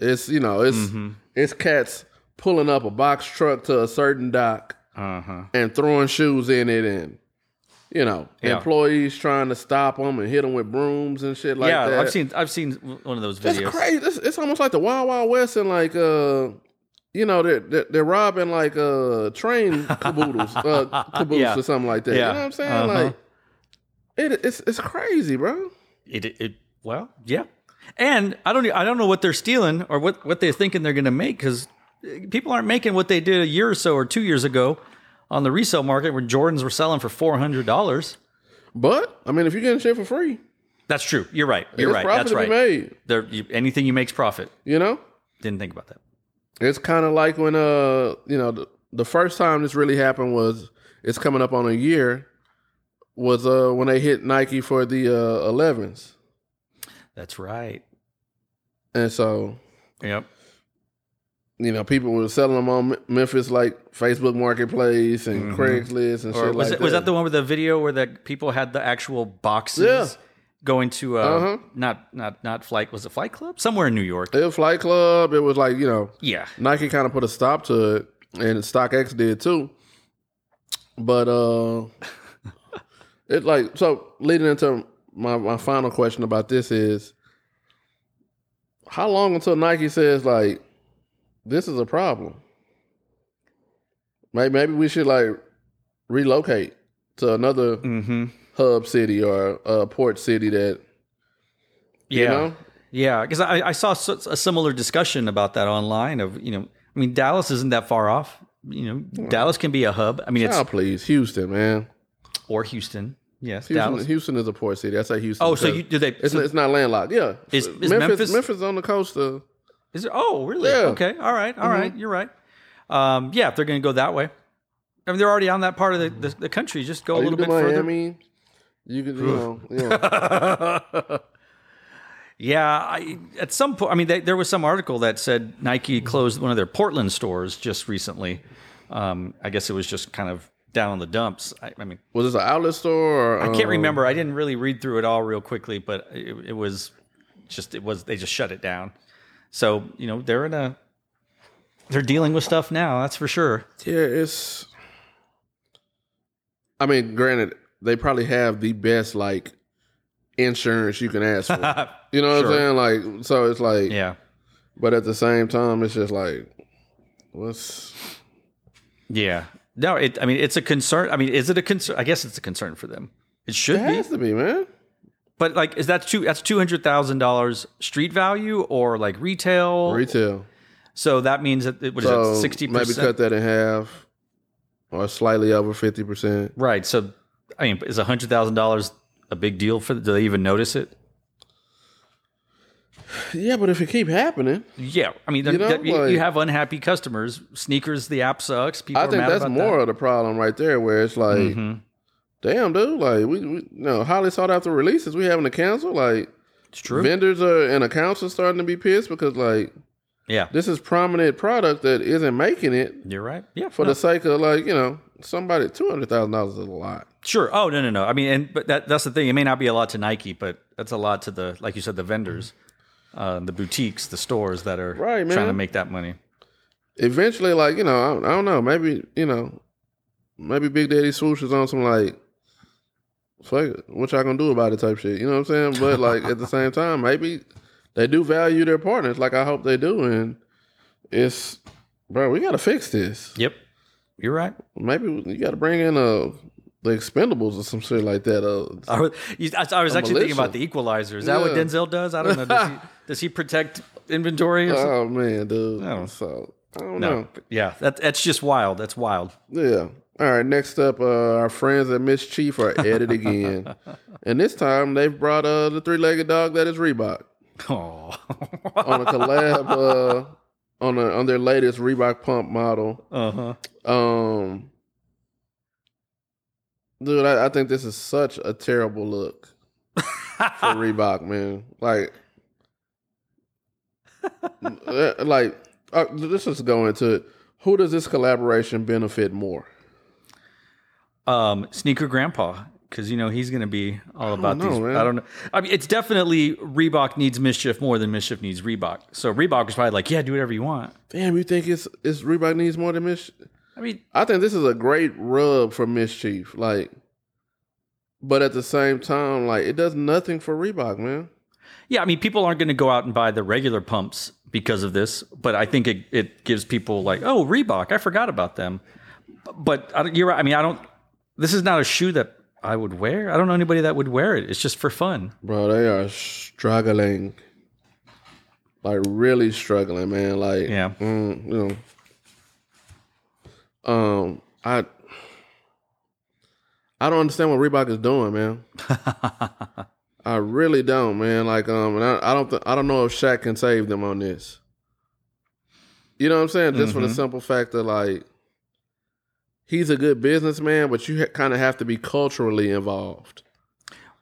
[SPEAKER 2] It's you know it's
[SPEAKER 1] Mm-hmm.
[SPEAKER 2] it's cats pulling up a box truck to a certain dock
[SPEAKER 1] Uh-huh.
[SPEAKER 2] and throwing shoes in it and. You know,
[SPEAKER 1] Yeah.
[SPEAKER 2] employees trying to stop them and hit them with brooms and shit like
[SPEAKER 1] yeah,
[SPEAKER 2] that.
[SPEAKER 1] I've seen I've seen one of those
[SPEAKER 2] It's
[SPEAKER 1] videos.
[SPEAKER 2] crazy. It's, it's almost like the Wild Wild West and like uh, you know, they're they're, they're robbing like uh train caboodles, uh, caboose
[SPEAKER 1] Yeah.
[SPEAKER 2] or something like that.
[SPEAKER 1] Yeah.
[SPEAKER 2] You know what I'm saying?
[SPEAKER 1] Uh-huh.
[SPEAKER 2] Like it, it's it's crazy, bro.
[SPEAKER 1] It, it, it well, yeah. And I don't e, I don't know what they're stealing or what what they're thinking they're going to make cuz people aren't making what they did a year or so or 2 years ago on the resale market where Jordans were selling for $400.
[SPEAKER 2] But I mean, if you're getting shit for free,
[SPEAKER 1] That's true. You're right. You're
[SPEAKER 2] it's
[SPEAKER 1] right.
[SPEAKER 2] profit
[SPEAKER 1] That's
[SPEAKER 2] to
[SPEAKER 1] right.
[SPEAKER 2] be made.
[SPEAKER 1] There you, anything you make's profit.
[SPEAKER 2] You know,
[SPEAKER 1] Didn't think about that.
[SPEAKER 2] it's kind of like when uh, you know, the, the first time this really happened was it's coming up on a year was uh when they hit Nike for the uh 11s,
[SPEAKER 1] That's right.
[SPEAKER 2] and so
[SPEAKER 1] Yep.
[SPEAKER 2] you know, people were selling them on Me- Memphis like Facebook Marketplace and Craigslist and
[SPEAKER 1] Or
[SPEAKER 2] shit
[SPEAKER 1] was
[SPEAKER 2] like
[SPEAKER 1] it, was that
[SPEAKER 2] that.
[SPEAKER 1] the one with the video where the people had the actual boxes
[SPEAKER 2] Yeah.
[SPEAKER 1] going to uh,
[SPEAKER 2] Uh-huh.
[SPEAKER 1] not not not flight was it Flight Club somewhere in New York?
[SPEAKER 2] it was Flight Club. It was like you know,
[SPEAKER 1] Yeah.
[SPEAKER 2] Nike kind of put a stop to it, and StockX did too. But uh, it like so leading into my my final question about this is, how long until Nike says like, this is a problem? Maybe maybe we should like relocate to another.
[SPEAKER 1] Mhm.
[SPEAKER 2] hub city or a port city that
[SPEAKER 1] Yeah.
[SPEAKER 2] you know
[SPEAKER 1] Yeah, because I, I saw so- a similar discussion about that online. Of you know, I mean, Dallas isn't that far off. You know, Dallas can be a hub. I mean, it's
[SPEAKER 2] oh please houston man
[SPEAKER 1] or Houston. Yes,
[SPEAKER 2] houston,
[SPEAKER 1] Dallas.
[SPEAKER 2] houston is a port city i say houston
[SPEAKER 1] Oh, so
[SPEAKER 2] because
[SPEAKER 1] you do they?
[SPEAKER 2] it's,
[SPEAKER 1] so
[SPEAKER 2] it's not landlocked yeah
[SPEAKER 1] Is- is
[SPEAKER 2] memphis,
[SPEAKER 1] Memphis-
[SPEAKER 2] memphis is on the coast of
[SPEAKER 1] Is there? Oh, really?
[SPEAKER 2] Yeah. Mm-hmm.
[SPEAKER 1] Okay. All right. All right. You're right. Um, yeah, if they're going to go that way, I mean, they're already on that part of the, the, the country. Just go a
[SPEAKER 2] you
[SPEAKER 1] little
[SPEAKER 2] can do
[SPEAKER 1] bit further.
[SPEAKER 2] Miami. You can, you know, yeah.
[SPEAKER 1] Yeah. I, at some point, I mean, they, there was some article that said Nike
[SPEAKER 2] Mm-hmm.
[SPEAKER 1] closed one of their Portland stores just recently. Um, I guess it was just kind of down in the dumps. I, I mean,
[SPEAKER 2] Was this an outlet store? Or, um,
[SPEAKER 1] I can't remember. I didn't really read through it all real quickly, but it, it was just it was they just shut it down. So you know they're in a they're dealing with stuff now. That's for sure.
[SPEAKER 2] Yeah, it's. I mean, granted, they probably have the best like insurance you can ask for. you know what I'm saying? Like, so it's like,
[SPEAKER 1] Yeah,
[SPEAKER 2] but at the same time, it's just like, what's
[SPEAKER 1] yeah. No, it. I mean, it's a concern. I mean, is it a concern? I guess it's a concern for them. It should
[SPEAKER 2] it
[SPEAKER 1] be.
[SPEAKER 2] has to be, man.
[SPEAKER 1] But like, is that two? That's two hundred thousand dollars street value or like retail?
[SPEAKER 2] Retail.
[SPEAKER 1] so that means that it was
[SPEAKER 2] So
[SPEAKER 1] sixty
[SPEAKER 2] maybe
[SPEAKER 1] percent.
[SPEAKER 2] cut that in half, or slightly over fifty percent.
[SPEAKER 1] Right. So I mean, is hundred thousand dollars a big deal for? Do they even notice it?
[SPEAKER 2] Yeah, but if it keep happening,
[SPEAKER 1] Yeah, I mean,
[SPEAKER 2] You know,
[SPEAKER 1] that- you,
[SPEAKER 2] like-
[SPEAKER 1] you have unhappy customers. Sneakers, the app sucks. People
[SPEAKER 2] I
[SPEAKER 1] are
[SPEAKER 2] think
[SPEAKER 1] mad
[SPEAKER 2] that's
[SPEAKER 1] about
[SPEAKER 2] more
[SPEAKER 1] that. Mm-hmm.
[SPEAKER 2] of the problem right there, where it's like, damn, dude, like we, we no highly sought after releases, we having to cancel. Like
[SPEAKER 1] It's true.
[SPEAKER 2] vendors are and accounts are starting to be pissed because like
[SPEAKER 1] yeah,
[SPEAKER 2] this is prominent product that isn't making it
[SPEAKER 1] you're right. Yeah,
[SPEAKER 2] for
[SPEAKER 1] no,
[SPEAKER 2] the sake of like you know somebody two hundred thousand dollars is a lot.
[SPEAKER 1] sure. Oh no, no, no. I mean, and but that that's the thing. It may not be a lot to Nike, but that's a lot to the like you said, the vendors, uh, the boutiques, the stores that are
[SPEAKER 2] Right,
[SPEAKER 1] trying to
[SPEAKER 2] man.
[SPEAKER 1] make that money.
[SPEAKER 2] Eventually, like you know, I, I don't know, maybe you know, maybe Big Daddy Swoosh is on some like. Fuck it, what y'all gonna do about it type shit. You know what I'm saying? But like at the same time, maybe they do value their partners. Like I hope they do. And it's bro, we gotta fix this.
[SPEAKER 1] Yep, you're right.
[SPEAKER 2] Maybe you gotta bring in uh the expendables or some shit like that. Uh,
[SPEAKER 1] I was, you- I I was actually thinking
[SPEAKER 2] militia.
[SPEAKER 1] about the equalizer. Is that what
[SPEAKER 2] Yeah.
[SPEAKER 1] Denzel does? I don't know. Does he, does he protect inventory? Or something?
[SPEAKER 2] Oh man, dude.
[SPEAKER 1] don't-
[SPEAKER 2] So I don't
[SPEAKER 1] no.
[SPEAKER 2] know.
[SPEAKER 1] Yeah, that, that's just wild. That's wild.
[SPEAKER 2] Yeah. All right. Next up, uh, our friends at Mischief are at it again, and this time they've brought uh, the three-legged dog that is Reebok
[SPEAKER 1] Oh,
[SPEAKER 2] on a collab uh, on a, on their latest Reebok pump model.
[SPEAKER 1] uh huh.
[SPEAKER 2] Um, dude, I, I think this is such a terrible look for Reebok, man. Like, uh, like uh, let's just go into it. Who does this collaboration benefit more?
[SPEAKER 1] um, sneaker grandpa because you know he's going to be all about
[SPEAKER 2] know,
[SPEAKER 1] these.
[SPEAKER 2] man.
[SPEAKER 1] I don't know. I mean, it's definitely Reebok needs mischief more than mischief needs Reebok. So Reebok is probably like, yeah, do whatever you want.
[SPEAKER 2] Damn, you think it's it's Reebok needs more than Miss?
[SPEAKER 1] I mean,
[SPEAKER 2] I think this is a great rub for Mischief, like, but at the same time, like it does nothing for Reebok, man.
[SPEAKER 1] yeah, I mean, people aren't going to go out and buy the regular pumps because of this, but I think it, it gives people like, oh, Reebok, I forgot about them. But I don't, you're right. I mean, I don't. This is not a shoe that I would wear. I don't know anybody that would wear it. It's just for fun.
[SPEAKER 2] Bro, they are struggling, like really struggling, man. Like,
[SPEAKER 1] Yeah.
[SPEAKER 2] mm, you know, um, I, I don't understand what Reebok is doing, man. I really don't, man. Like, um, and I, I don't, th- I don't know if Shaq can save them on this. You know what I'm saying? Just for the simple fact that, like, he's a good businessman, but you ha- kind of have to be culturally involved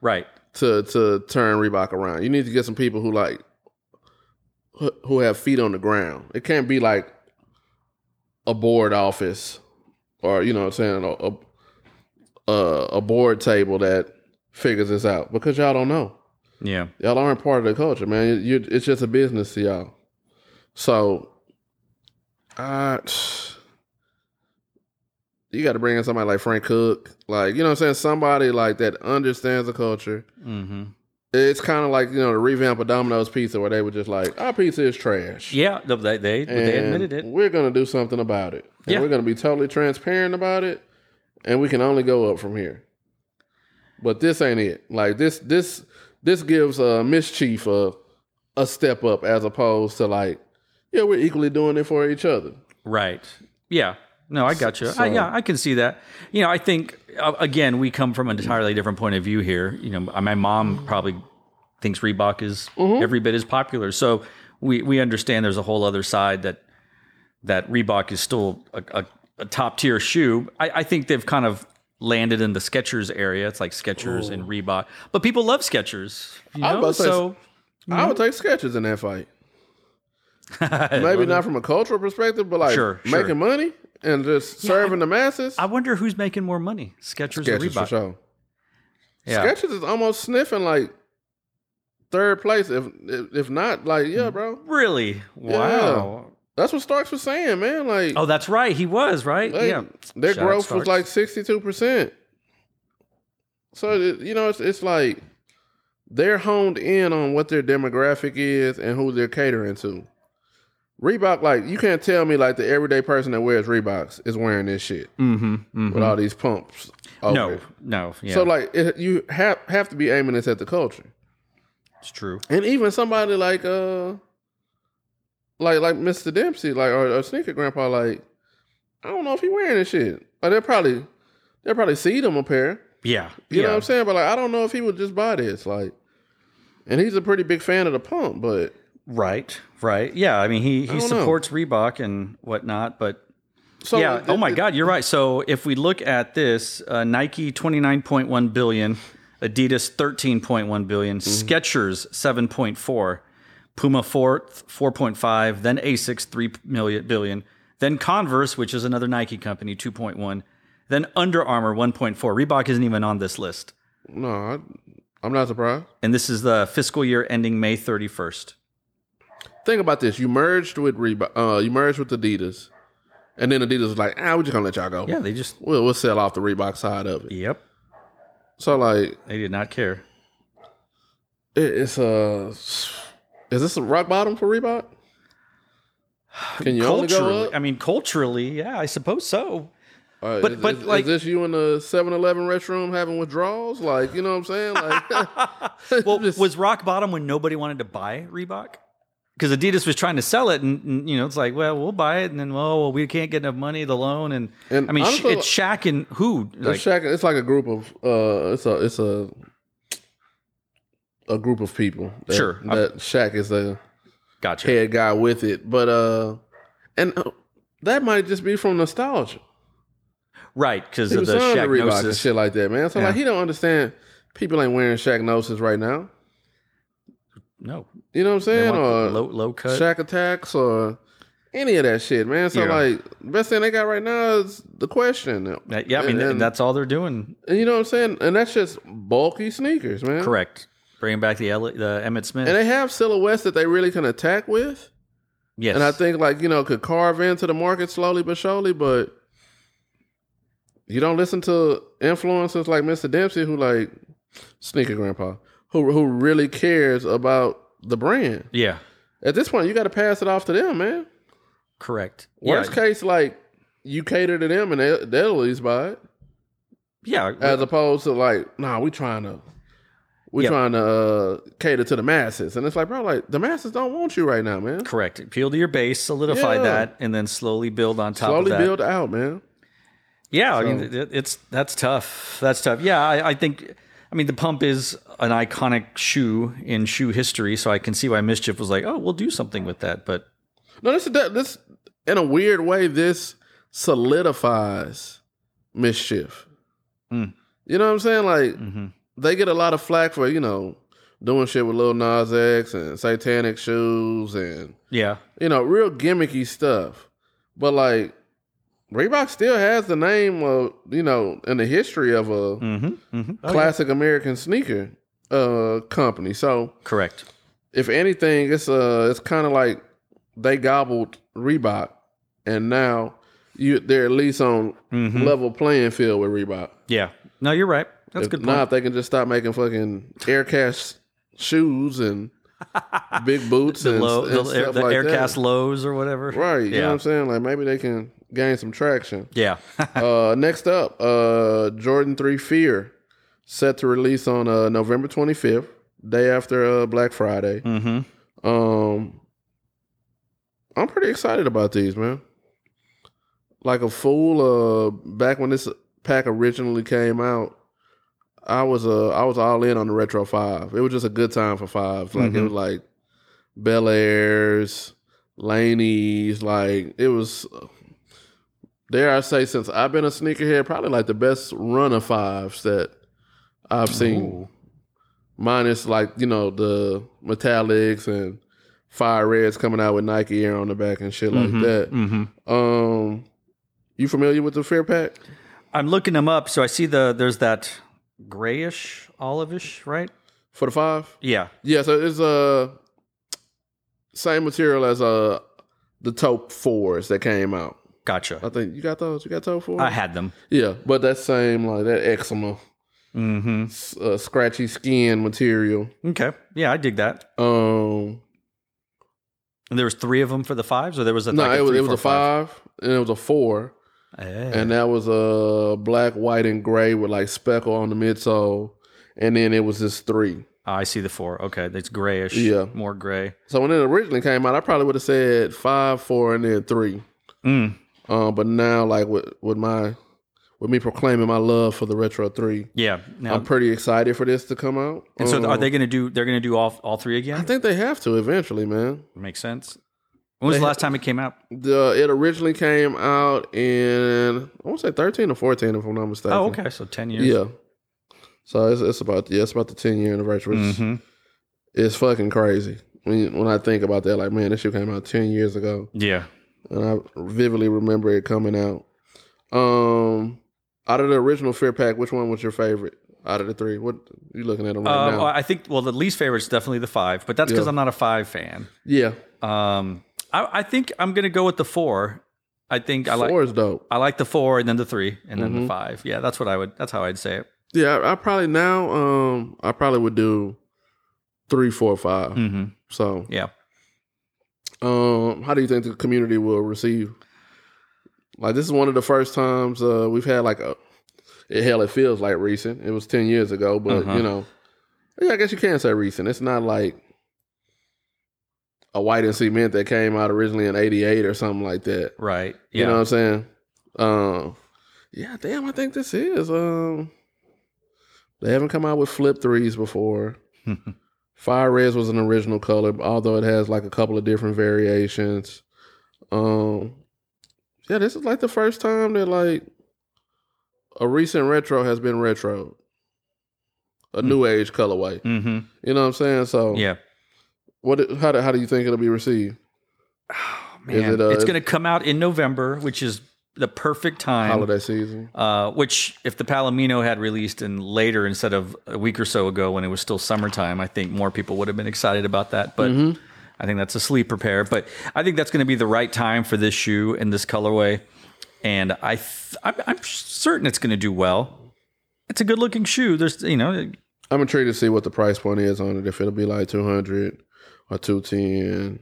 [SPEAKER 1] Right.
[SPEAKER 2] to to turn Reebok around. You need to get some people who like who- who have feet on the ground. It can't be like a board office or you know what I'm saying a a, a, a board table that figures this out because y'all don't know.
[SPEAKER 1] Yeah.
[SPEAKER 2] Y'all aren't part of the culture, man. You, you, it's just a business to y'all. So, I, you got to bring in somebody like Frank Cook, like you know what I'm saying, somebody like that understands the culture
[SPEAKER 1] Mm-hmm.
[SPEAKER 2] it's kind of like you know the revamp of Domino's Pizza, where they were just like, "Our pizza is trash,"
[SPEAKER 1] Yeah. no, They they, they
[SPEAKER 2] and
[SPEAKER 1] admitted it.
[SPEAKER 2] We're gonna do something about it. And
[SPEAKER 1] Yeah.
[SPEAKER 2] we're gonna be totally transparent about it, and we can only go up from here. But this ain't it. Like this, this, this gives uh, mischief a a step up as opposed to like, yeah, we're equally doing it for each other.
[SPEAKER 1] Right. Yeah. No, I got you. I,
[SPEAKER 2] so-
[SPEAKER 1] yeah, I can see that. You know, I think uh, again we come from an entirely different point of view
[SPEAKER 2] Mm-hmm.
[SPEAKER 1] here. You know, my mom probably thinks Reebok is every bit as popular. So we we understand there's a whole other side that that Reebok is still a, a, a top tier shoe. I, I think they've kind of landed in the Skechers area. It's like Skechers and Reebok, but people love Skechers. You
[SPEAKER 2] I was
[SPEAKER 1] know?
[SPEAKER 2] about to say-
[SPEAKER 1] So
[SPEAKER 2] I
[SPEAKER 1] Mm-hmm.
[SPEAKER 2] would take sketches in that fight. Maybe not from a cultural perspective, but like
[SPEAKER 1] Sure,
[SPEAKER 2] making
[SPEAKER 1] sure.
[SPEAKER 2] money and just serving the masses.
[SPEAKER 1] I wonder who's making more money, Skechers, or
[SPEAKER 2] Sketches
[SPEAKER 1] Reebok?
[SPEAKER 2] for sure.
[SPEAKER 1] Yeah.
[SPEAKER 2] Sketches is almost sniffing like third place. If if, if not, like
[SPEAKER 1] Mm-hmm.
[SPEAKER 2] yeah, bro.
[SPEAKER 1] Really? Wow.
[SPEAKER 2] That's what Starks was saying, man. Like,
[SPEAKER 1] Oh, that's right. He was right.
[SPEAKER 2] like,
[SPEAKER 1] yeah.
[SPEAKER 2] their
[SPEAKER 1] Shout out
[SPEAKER 2] growth
[SPEAKER 1] Starks. Mm.
[SPEAKER 2] was like sixty two percent. So it- you know, it's it's like they're honed in on what their demographic is and who they're catering to. Reebok, like you can't tell me like the everyday person that wears Reeboks is wearing this shit
[SPEAKER 1] Mm-hmm.
[SPEAKER 2] with all these pumps. over
[SPEAKER 1] No,
[SPEAKER 2] it.
[SPEAKER 1] no. Yeah,
[SPEAKER 2] So like it, you have have to be aiming this at the culture.
[SPEAKER 1] it's true.
[SPEAKER 2] And even somebody like uh like like Mr. Dempsey, like or, or Sneaker Grandpa, like I don't know if he wearing this shit. Like they'll probably they'll probably see them a pair.
[SPEAKER 1] Yeah,
[SPEAKER 2] You
[SPEAKER 1] yeah.
[SPEAKER 2] know what I'm saying? But like I don't know if he would just buy this. Like and he's a pretty big fan of the pump, but
[SPEAKER 1] Right, right. Yeah, I mean, he
[SPEAKER 2] I
[SPEAKER 1] he
[SPEAKER 2] don't know.
[SPEAKER 1] supports Reebok and whatnot, but
[SPEAKER 2] so
[SPEAKER 1] yeah.
[SPEAKER 2] th-
[SPEAKER 1] oh my
[SPEAKER 2] th-
[SPEAKER 1] God, you're right. So if we look at this, uh, Nike 29.1 billion, Adidas 13.1 billion,
[SPEAKER 2] Mm-hmm.
[SPEAKER 1] Skechers 7.4, Puma 4 4.5, then Asics 3 million billion, then Converse, which is another Nike company, 2.1, then Under Armour 1.4. Reebok isn't even on this list.
[SPEAKER 2] No, I, I'm not surprised.
[SPEAKER 1] And this is the fiscal year ending May 31st.
[SPEAKER 2] Think about this. You merged with Reebok uh you merged with Adidas. And then Adidas was like, ah, we're just gonna let y'all go.
[SPEAKER 1] Yeah, they just,
[SPEAKER 2] We'll we'll sell off the Reebok side of it.
[SPEAKER 1] yep,
[SPEAKER 2] So like
[SPEAKER 1] they did not care.
[SPEAKER 2] It- It's a. Is this a rock bottom for Reebok? Can you only go
[SPEAKER 1] culturally,
[SPEAKER 2] up?
[SPEAKER 1] I mean, culturally, yeah, I suppose so.
[SPEAKER 2] Or
[SPEAKER 1] but-
[SPEAKER 2] is,
[SPEAKER 1] but,
[SPEAKER 2] is-
[SPEAKER 1] like-
[SPEAKER 2] is this you in the 7-Eleven restroom having withdrawals? Like, you know what I'm saying? Like,
[SPEAKER 1] Well,
[SPEAKER 2] just-
[SPEAKER 1] was rock bottom when nobody wanted to buy Reebok? Because Adidas was trying to sell it, and, and, you know, it's like, well, we'll buy it, and then, well, well we can't get enough money, the loan, and,
[SPEAKER 2] And
[SPEAKER 1] I mean, sh-
[SPEAKER 2] honestly,
[SPEAKER 1] it's Shaq and who? Like,
[SPEAKER 2] it's, like, it's like a group of uh, it's a it's a a group of people. That,
[SPEAKER 1] Sure.
[SPEAKER 2] that Shaq is the
[SPEAKER 1] gotcha.
[SPEAKER 2] head guy with it, but uh, and uh, that might just be from nostalgia.
[SPEAKER 1] Right, because
[SPEAKER 2] He
[SPEAKER 1] of
[SPEAKER 2] was
[SPEAKER 1] the
[SPEAKER 2] on the Reebok and
[SPEAKER 1] Shaq
[SPEAKER 2] shit like that, man. So like,
[SPEAKER 1] Yeah.
[SPEAKER 2] he don't understand. People ain't wearing Shaq Gnosis right now.
[SPEAKER 1] No,
[SPEAKER 2] You know what I'm
[SPEAKER 1] they
[SPEAKER 2] saying?
[SPEAKER 1] want
[SPEAKER 2] Or
[SPEAKER 1] low, low cut.
[SPEAKER 2] shack attacks or any of that shit, man. So
[SPEAKER 1] Yeah.
[SPEAKER 2] like, best thing they got right now is the question.
[SPEAKER 1] That- Uh, yeah, I mean,
[SPEAKER 2] and,
[SPEAKER 1] and that's all they're doing.
[SPEAKER 2] and you know what I'm saying. And that's just bulky sneakers, man.
[SPEAKER 1] Correct. Bringing back the, L- the Emmett Smith.
[SPEAKER 2] And they have silhouettes that they really can attack with,
[SPEAKER 1] yes.
[SPEAKER 2] and I think like you know could carve into the market slowly but surely. But you don't listen to influencers like Mr. Dempsey, who like sneaker grandpa, who who really cares about the brand.
[SPEAKER 1] yeah,
[SPEAKER 2] At this point, you got to pass it off to them, man.
[SPEAKER 1] correct.
[SPEAKER 2] Worst
[SPEAKER 1] yeah,
[SPEAKER 2] case, like you cater to them and they, they'll at least buy it,
[SPEAKER 1] yeah,
[SPEAKER 2] as opposed to like, nah, we trying to, we
[SPEAKER 1] Yeah.
[SPEAKER 2] trying to uh, cater to the masses, and it's like, bro, like the masses don't want you right now, man.
[SPEAKER 1] Correct. Appeal to your base, solidify
[SPEAKER 2] Yeah.
[SPEAKER 1] that, and then slowly build on top
[SPEAKER 2] Slowly
[SPEAKER 1] of that.
[SPEAKER 2] build out, man.
[SPEAKER 1] yeah, I
[SPEAKER 2] so-
[SPEAKER 1] mean, it- it's that's tough. That's tough. Yeah, I, I think. I mean, the pump is an iconic shoe in shoe history, so I can see why Mischief was like, "Oh, we'll do something with that." But
[SPEAKER 2] No, this this in a weird way, this solidifies mischief.
[SPEAKER 1] Mm.
[SPEAKER 2] You know what I'm saying? Like
[SPEAKER 1] mhm.
[SPEAKER 2] they get a lot of flack for you know doing shit with Lil Nas X and satanic shoes and
[SPEAKER 1] yeah,
[SPEAKER 2] you know, real gimmicky stuff. But like Reebok still has the name of, you know, in the history of a
[SPEAKER 1] mm-hmm, mm-hmm.
[SPEAKER 2] classic American sneaker uh company. So
[SPEAKER 1] correct.
[SPEAKER 2] if anything, it's uh it's kinda like they gobbled Reebok and now you they're at least on
[SPEAKER 1] Mhm.
[SPEAKER 2] level playing field with Reebok.
[SPEAKER 1] Yeah, no, you're right. That's a
[SPEAKER 2] If
[SPEAKER 1] good
[SPEAKER 2] Now
[SPEAKER 1] point.
[SPEAKER 2] if they can just stop making fucking air cast shoes and big boots
[SPEAKER 1] The
[SPEAKER 2] and,
[SPEAKER 1] low,
[SPEAKER 2] and
[SPEAKER 1] the,
[SPEAKER 2] stuff
[SPEAKER 1] the
[SPEAKER 2] like that.
[SPEAKER 1] Aircast lows or whatever.
[SPEAKER 2] Right. You
[SPEAKER 1] Yeah.
[SPEAKER 2] know what I'm saying? Like maybe they can gain some traction.
[SPEAKER 1] Yeah.
[SPEAKER 2] Uh, next up, uh, Jordan 3 Fear set to release on uh, November 25th, day after uh, Black Friday.
[SPEAKER 1] mm-hmm.
[SPEAKER 2] Um, I'm pretty excited about these, man. Like a fool, uh, back when this pack originally came out, I was uh, I was all in on the Retro Five. It was just a good time for fives. Like it
[SPEAKER 1] Mhm.
[SPEAKER 2] was like Bel Airs, Laney's. Like it was, dare I say, since I've been a sneakerhead, probably like the best run of fives that I've seen. Minus like you know the metallics and fire reds coming out with Nike Air on the back and shit like that.
[SPEAKER 1] Mm-hmm.
[SPEAKER 2] Um, you familiar with the Fair Pack?
[SPEAKER 1] I'm looking them up, so I see the there's that grayish, oliveish, right?
[SPEAKER 2] for the five.
[SPEAKER 1] Yeah.
[SPEAKER 2] Yeah, so it's uh same material as uh the Taupe fours that came out. I
[SPEAKER 1] Gotcha.
[SPEAKER 2] think you got those. You got Taupe fours.
[SPEAKER 1] I had them.
[SPEAKER 2] yeah, but that same like that eczema,
[SPEAKER 1] Mm-hmm.
[SPEAKER 2] s- uh, scratchy skin material.
[SPEAKER 1] Okay. Yeah, I dig that.
[SPEAKER 2] Um,
[SPEAKER 1] And there was three of them for the fives, or there was a
[SPEAKER 2] no,
[SPEAKER 1] like
[SPEAKER 2] it was
[SPEAKER 1] three,
[SPEAKER 2] it was
[SPEAKER 1] four,
[SPEAKER 2] a five, and it was a four,
[SPEAKER 1] Eh.
[SPEAKER 2] and that was a uh, black, white, and gray with like speckle on the midsole, and then it was this three.
[SPEAKER 1] Ah, I see the four. Okay, that's grayish.
[SPEAKER 2] Yeah.
[SPEAKER 1] more gray.
[SPEAKER 2] So when it originally came out, I probably would have said five, four, and then three.
[SPEAKER 1] Mm.
[SPEAKER 2] Um, but now, like with with my with me proclaiming my love for the Retro Three,
[SPEAKER 1] Yeah. Now,
[SPEAKER 2] I'm pretty excited for this to come out.
[SPEAKER 1] and so are
[SPEAKER 2] Um,
[SPEAKER 1] they going to do? They're going to do all all three again.
[SPEAKER 2] I think they have to eventually, man.
[SPEAKER 1] Makes sense. When was
[SPEAKER 2] They
[SPEAKER 1] the
[SPEAKER 2] ha-
[SPEAKER 1] last time it came out?
[SPEAKER 2] The it originally came out in I want to say 13 or 14, if I'm not mistaken.
[SPEAKER 1] Oh, okay. So ten years.
[SPEAKER 2] Yeah. So it's, it's about yeah, it's about the 10 year anniversary. Which
[SPEAKER 1] hmm
[SPEAKER 2] It's fucking crazy when you- when I think about that. Like, man, this shit came out 10 years ago.
[SPEAKER 1] Yeah.
[SPEAKER 2] and I vividly remember it coming out. Um, out of the original Fear Pack, which one was your favorite out of the three? What you looking at them right
[SPEAKER 1] Uh,
[SPEAKER 2] now?
[SPEAKER 1] well, I think well, the least favorite is definitely the five, but that's because
[SPEAKER 2] Yeah.
[SPEAKER 1] I'm not a five fan.
[SPEAKER 2] yeah,
[SPEAKER 1] Um, I, I think I'm gonna go with the four. I think I like
[SPEAKER 2] four Mm-hmm. is dope.
[SPEAKER 1] I like the four and then the three and then the five. Yeah, that's what I would. That's how I'd say it.
[SPEAKER 2] Yeah, I, I probably now, um, I probably would do three, four, five.
[SPEAKER 1] Mm-hmm.
[SPEAKER 2] So,
[SPEAKER 1] Yeah.
[SPEAKER 2] um, how do you think the community will receive? Like, this is one of the first times uh, we've had like a. It, hell, it feels like recent. It was ten years ago, but
[SPEAKER 1] Uh-huh.
[SPEAKER 2] you know, yeah, I guess you can say recent. It's not like a white and cement that came out originally in '88 or something like that.
[SPEAKER 1] Right. Yeah.
[SPEAKER 2] You know what I'm saying? Um, yeah, damn, I think this is. Um, they haven't come out with flip threes before.
[SPEAKER 1] Mm-hmm.
[SPEAKER 2] Fire Reds was an original color, although it has like a couple of different variations. Um, yeah, this is like the first time that like a recent retro has been retro, a new age colorway.
[SPEAKER 1] mm-hmm.
[SPEAKER 2] You know what I'm saying? So
[SPEAKER 1] Hmm. Yeah.
[SPEAKER 2] what? How do, how do you think it'll be received?
[SPEAKER 1] Man,
[SPEAKER 2] it, uh,
[SPEAKER 1] it's
[SPEAKER 2] is-
[SPEAKER 1] gonna come out in November, which is the perfect time.
[SPEAKER 2] Holiday season.
[SPEAKER 1] Uh, which, if the Palomino had released in later instead of a week or so ago when it was still summertime, I think more people would have been excited about that. But
[SPEAKER 2] Mm-hmm.
[SPEAKER 1] I think that's a sleeper pair. But I think that's going to be the right time for this shoe and this colorway. And I, th- I'm, I'm certain it's going to do well. It's a good looking shoe. There's, you know,
[SPEAKER 2] I'm intrigued to see what the price point is on it. If it'll be like 200 or 210.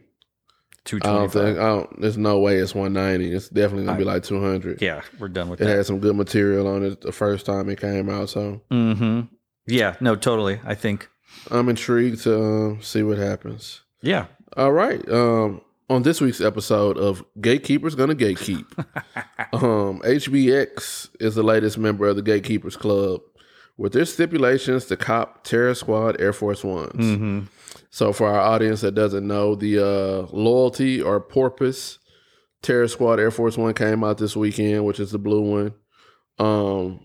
[SPEAKER 1] two
[SPEAKER 2] I
[SPEAKER 1] twenty
[SPEAKER 2] don't think.
[SPEAKER 1] five.
[SPEAKER 2] I don't, there's no way it's 190. It's definitely gonna be like 200.
[SPEAKER 1] Yeah, we're done with
[SPEAKER 2] It
[SPEAKER 1] that.
[SPEAKER 2] had some good material on it the first time it came out, so
[SPEAKER 1] Mm-hmm. Yeah, no, totally. I think.
[SPEAKER 2] I'm intrigued to um, see what happens.
[SPEAKER 1] Yeah.
[SPEAKER 2] All right. Um, on this week's episode of Gatekeepers Gonna Gatekeep, um, HBX is the latest member of the Gatekeepers Club with their stipulations to cop Terror Squad Air Force Ones.
[SPEAKER 1] Mm-hmm.
[SPEAKER 2] So, for our audience that doesn't know, the uh, Loyalty or Porpoise Terror Squad Air Force One came out this weekend, which is the blue one. Um,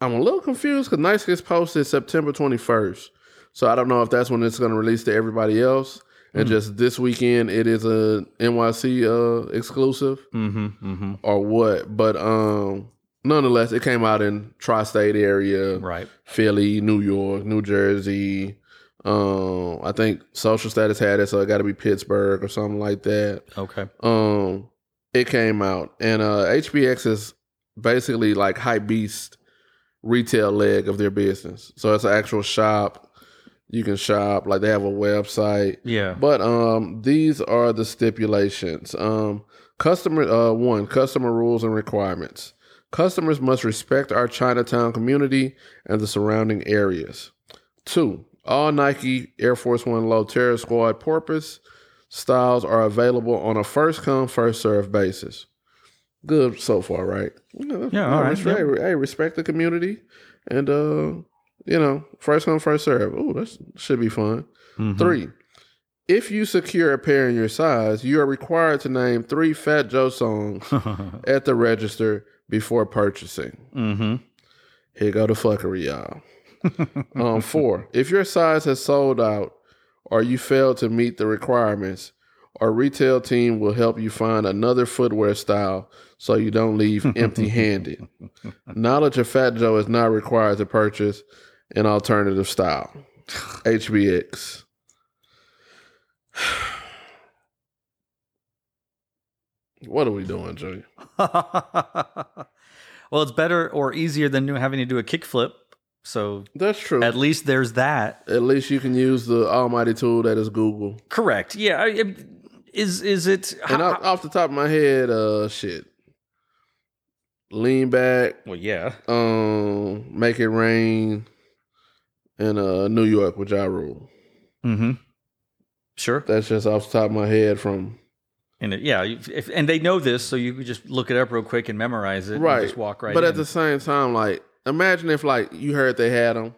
[SPEAKER 2] I'm a little confused because Nice gets posted September 21st. So, I don't know if that's when it's going to release to everybody else. And just this weekend, it is a NYC uh, exclusive
[SPEAKER 1] Mm-hmm. Mm-hmm.
[SPEAKER 2] or what. But um, nonetheless, it came out in tri state area.
[SPEAKER 1] Right.
[SPEAKER 2] Philly, New York, New Jersey. Um, I think social status had it, so it got to be Pittsburgh or something like that.
[SPEAKER 1] Okay.
[SPEAKER 2] Um, it came out, and uh, HBX is basically like hype beast retail leg of their business. So it's an actual shop. You can shop like they have a website.
[SPEAKER 1] Yeah.
[SPEAKER 2] But um, these are the stipulations. Um, customer uh, one, customer rules and requirements. Customers must respect our Chinatown community and the surrounding areas. Two, all Nike Air Force One Low Terror Squad Porpoise styles are available on a first come first serve basis. Good so far, right?
[SPEAKER 1] Yeah, all
[SPEAKER 2] I
[SPEAKER 1] right,
[SPEAKER 2] Respect, Hey, respect the community, and uh, you know, first come first serve. Oh, that should be fun.
[SPEAKER 1] Mhm.
[SPEAKER 2] Three, If you secure a pair in your size, you are required to name three Fat Joe songs at the register before purchasing.
[SPEAKER 1] Mm-hmm.
[SPEAKER 2] Here go the fuckery, y'all. um, four, if your size has sold out or you failed to meet the requirements, our retail team will help you find another footwear style so you don't leave empty handed. Knowledge of Fat Joe is not required to purchase an alternative style. HBX. What are we doing, Jay?
[SPEAKER 1] well, it's better or easier than do- having to do a kickflip. So
[SPEAKER 2] That's true.
[SPEAKER 1] at least there's that.
[SPEAKER 2] At least you can use the almighty tool that is Google.
[SPEAKER 1] Correct. Yeah. I- I- Is is it?
[SPEAKER 2] And off, off the top of my head, uh, shit. Lean back,
[SPEAKER 1] well, yeah.
[SPEAKER 2] um, make it rain, and uh, New York with Ja Rule.
[SPEAKER 1] Mm-hmm. Sure.
[SPEAKER 2] That's just off the top of my head from
[SPEAKER 1] And it, yeah, you- if, and they know this, so you could just look it up real quick and memorize it.
[SPEAKER 2] Right.
[SPEAKER 1] And just walk right.
[SPEAKER 2] But at
[SPEAKER 1] in.
[SPEAKER 2] the same time, like, imagine if like you heard they had them,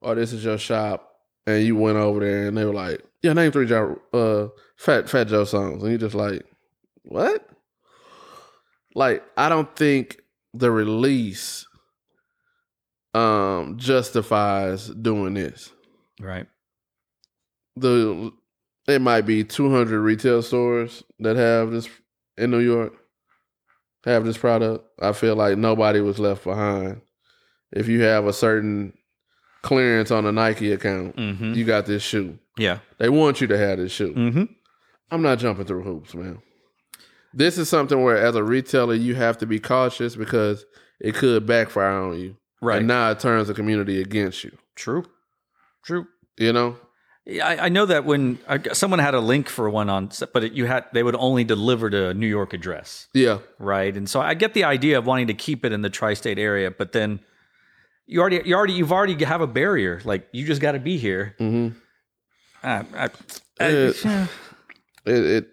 [SPEAKER 2] or this is your shop, and you went over there and they were like, "Yeah, name three Joe, uh, Fat Fat Joe songs," and you just like, "What?" Like, I don't think the release um justifies doing this.
[SPEAKER 1] right.
[SPEAKER 2] The it might be two hundred retail stores that have this in New York have this product. I feel like nobody was left behind. If you have a certain clearance on a Nike account,
[SPEAKER 1] Mm-hmm.
[SPEAKER 2] you got this shoe.
[SPEAKER 1] Yeah.
[SPEAKER 2] They want you to have this shoe.
[SPEAKER 1] Mm-hmm.
[SPEAKER 2] I'm not jumping through hoops, man. This is something where, as a retailer, you have to be cautious because it could backfire on you.
[SPEAKER 1] Right.
[SPEAKER 2] And now it turns the community against you.
[SPEAKER 1] True. True.
[SPEAKER 2] You know?
[SPEAKER 1] Yeah, I, I know that when I, someone had a link for one on, but it, you had they would only deliver to a New York address,
[SPEAKER 2] Yeah.
[SPEAKER 1] right? And so I get the idea of wanting to keep it in the tri-state area, but then you already you already you've already have a barrier. Like you just got to be here.
[SPEAKER 2] hmm
[SPEAKER 1] I, I,
[SPEAKER 2] Yeah.
[SPEAKER 1] I-
[SPEAKER 2] It, it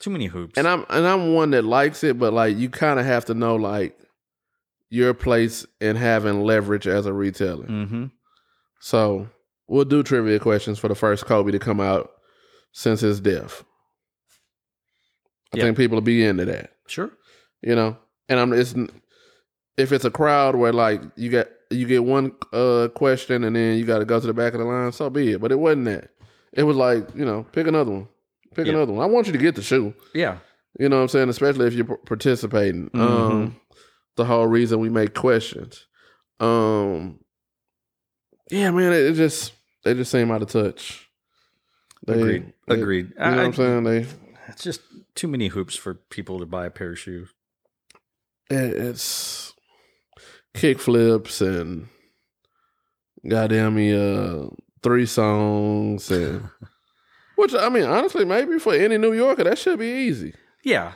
[SPEAKER 1] too many hoops.
[SPEAKER 2] Uh, and I'm and I'm one that likes it, but like you kind of have to know like your place in having leverage as a retailer.
[SPEAKER 1] mm-hmm.
[SPEAKER 2] So we'll do trivia questions for the first Kobe to come out since his death. I
[SPEAKER 1] Yeah.
[SPEAKER 2] think people will be into that,
[SPEAKER 1] Sure.
[SPEAKER 2] you know. And I'm it's if it's a crowd where like you got you get one uh question and then you got to go to the back of the line, so be it. But it wasn't that. It was like you know, pick another one, pick
[SPEAKER 1] Yeah.
[SPEAKER 2] another one. I want you to get the shoe.
[SPEAKER 1] Yeah.
[SPEAKER 2] You know what I'm saying? Especially if you're p- participating.
[SPEAKER 1] Mm-hmm.
[SPEAKER 2] Um, the whole reason we make questions. Um, yeah, man, it, it just they just seem out of touch. They-
[SPEAKER 1] Agreed.
[SPEAKER 2] they-
[SPEAKER 1] Agreed.
[SPEAKER 2] You know
[SPEAKER 1] I-
[SPEAKER 2] what I'm saying? They
[SPEAKER 1] It's just too many hoops for people to buy a pair of shoes.
[SPEAKER 2] it, it's kick flips and goddamn me uh three songs and which I mean honestly maybe for any New Yorker that should be easy.
[SPEAKER 1] Yeah.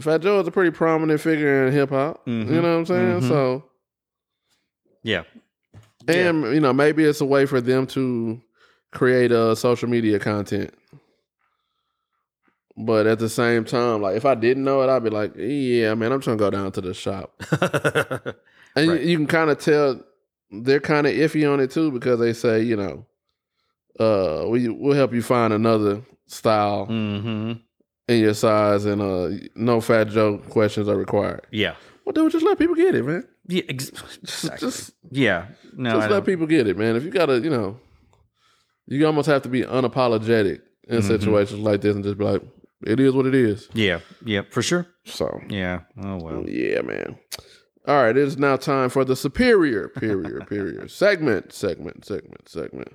[SPEAKER 2] Fat Joe is a pretty prominent figure in hip hop.
[SPEAKER 1] Mhm.
[SPEAKER 2] You know what I'm saying?
[SPEAKER 1] Mhm.
[SPEAKER 2] So
[SPEAKER 1] Yeah.
[SPEAKER 2] And you know, maybe it's a way for them to create uh social media content. But at the same time, like if I didn't know it, I'd be like, yeah, man, I'm trying to go down to the shop.
[SPEAKER 1] Yeah.
[SPEAKER 2] And you-
[SPEAKER 1] Right.
[SPEAKER 2] you, can kind of tell they're kind of iffy on it too because they say, you know, uh, we we'll help you find another style
[SPEAKER 1] mm-hmm.
[SPEAKER 2] in your size, and uh, no fat joke questions are required.
[SPEAKER 1] Yeah.
[SPEAKER 2] Well, dude, just let people get it, man.
[SPEAKER 1] Yeah. Ex-
[SPEAKER 2] Just-
[SPEAKER 1] exactly.
[SPEAKER 2] just
[SPEAKER 1] yeah. No. I
[SPEAKER 2] just let
[SPEAKER 1] don't-
[SPEAKER 2] people get it, man. If you gotta, you know, you almost have to be unapologetic in
[SPEAKER 1] Mhm.
[SPEAKER 2] situations like this and just be like, it is what it is.
[SPEAKER 1] yeah. Yeah. For sure.
[SPEAKER 2] So
[SPEAKER 1] Yeah. Oh well.
[SPEAKER 2] yeah, man. All right, it is now time for the superior, period, period segment, segment, segment, segment.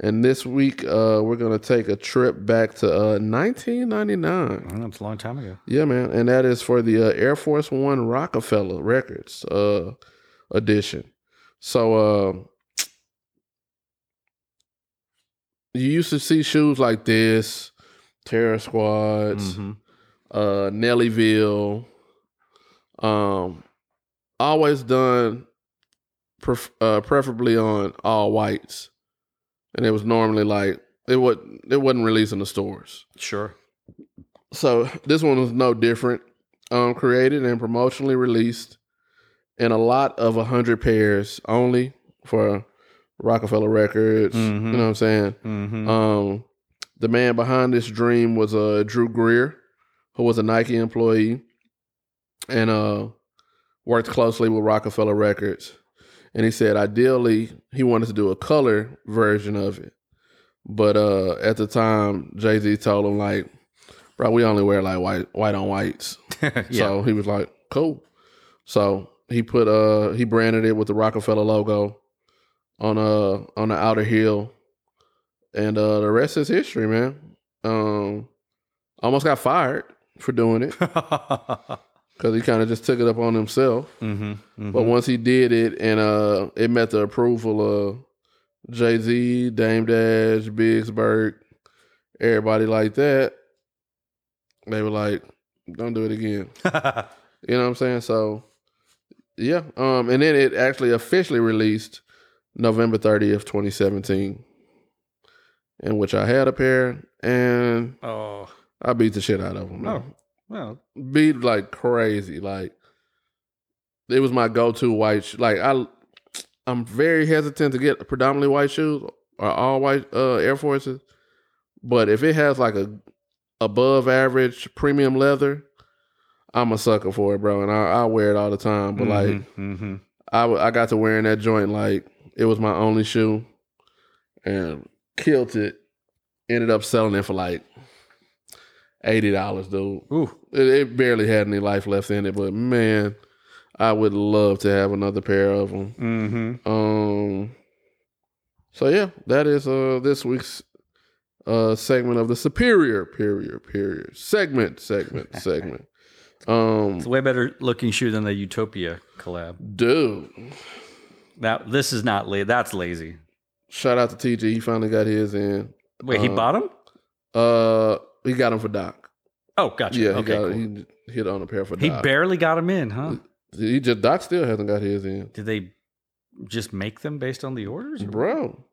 [SPEAKER 2] And this week, uh, we're gonna take a trip back to uh, 1999.
[SPEAKER 1] Well, That's a long time ago.
[SPEAKER 2] Yeah, man, and that is for the uh, Air Force One Rockefeller Records uh, edition. So, uh, you used to see shoes like this, Terror Squads,
[SPEAKER 1] Mhm.
[SPEAKER 2] uh, Nellyville, um, always done, pref- uh, preferably on all whites, and it was normally like it would it wasn't released in the stores.
[SPEAKER 1] Sure.
[SPEAKER 2] So this one was no different. Um, created and promotionally released in a lot of a hundred pairs only for Rockefeller Records.
[SPEAKER 1] Mhm.
[SPEAKER 2] You know what I'm saying?
[SPEAKER 1] Mm-hmm.
[SPEAKER 2] Um, The man behind this dream was uh, Drew Greer, who was a Nike employee and uh, worked closely with Rockefeller Records. And he said, ideally, he wanted to do a color version of it. But uh, at the time, Jay Z told him, like, bro, we only wear like white, white on whites.
[SPEAKER 1] yeah.
[SPEAKER 2] So he was like, cool. So he put uh he branded it with the Rockefeller logo on uh on the outer heel. And uh the rest is history, man. Um almost got fired for doing it because he kind of just took it up on himself.
[SPEAKER 1] mm-hmm.
[SPEAKER 2] But once he did it and uh it met the approval of Jay Z, Dame Dash, Bigsburg, everybody like that, they were like, Don't do it again. You know what I'm saying? So yeah. Um and then it actually officially released November 30th, 2017. In which I had a pair and
[SPEAKER 1] oh,
[SPEAKER 2] I beat the shit out of them.
[SPEAKER 1] Oh. well,
[SPEAKER 2] Beat like crazy. Like it was my go-to white sh- like I I'm very hesitant to get predominantly white shoes or all white uh Air Forces. But if it has like a above average premium leather, I'm a sucker for it, bro, and I, I wear it all the time. But like
[SPEAKER 1] hmm
[SPEAKER 2] I, w- I got to wearing that joint like it was my only shoe and killed it. Ended up selling it for like $80, dude.
[SPEAKER 1] ooh,
[SPEAKER 2] It, it barely had any life left in it, but man, I would love to have another pair of them.
[SPEAKER 1] mm-hmm.
[SPEAKER 2] Um, so yeah, that is uh this week's uh segment of the superior, period, period segment, segment, segment. Um,
[SPEAKER 1] It's a way better looking shoe than the Utopia collab.
[SPEAKER 2] dude,
[SPEAKER 1] That this is not la- that's lazy.
[SPEAKER 2] shout out to TG, he finally got his in.
[SPEAKER 1] Wait, he
[SPEAKER 2] Uh,
[SPEAKER 1] bought them?
[SPEAKER 2] Uh, he got him for Doc.
[SPEAKER 1] Oh, gotcha.
[SPEAKER 2] Yeah, he
[SPEAKER 1] okay, cool.
[SPEAKER 2] got he hit on a pair for
[SPEAKER 1] He
[SPEAKER 2] Doc.
[SPEAKER 1] barely got them in, huh?
[SPEAKER 2] he just Doc still hasn't got his in,
[SPEAKER 1] Did they just make them based on the orders? or-
[SPEAKER 2] bro.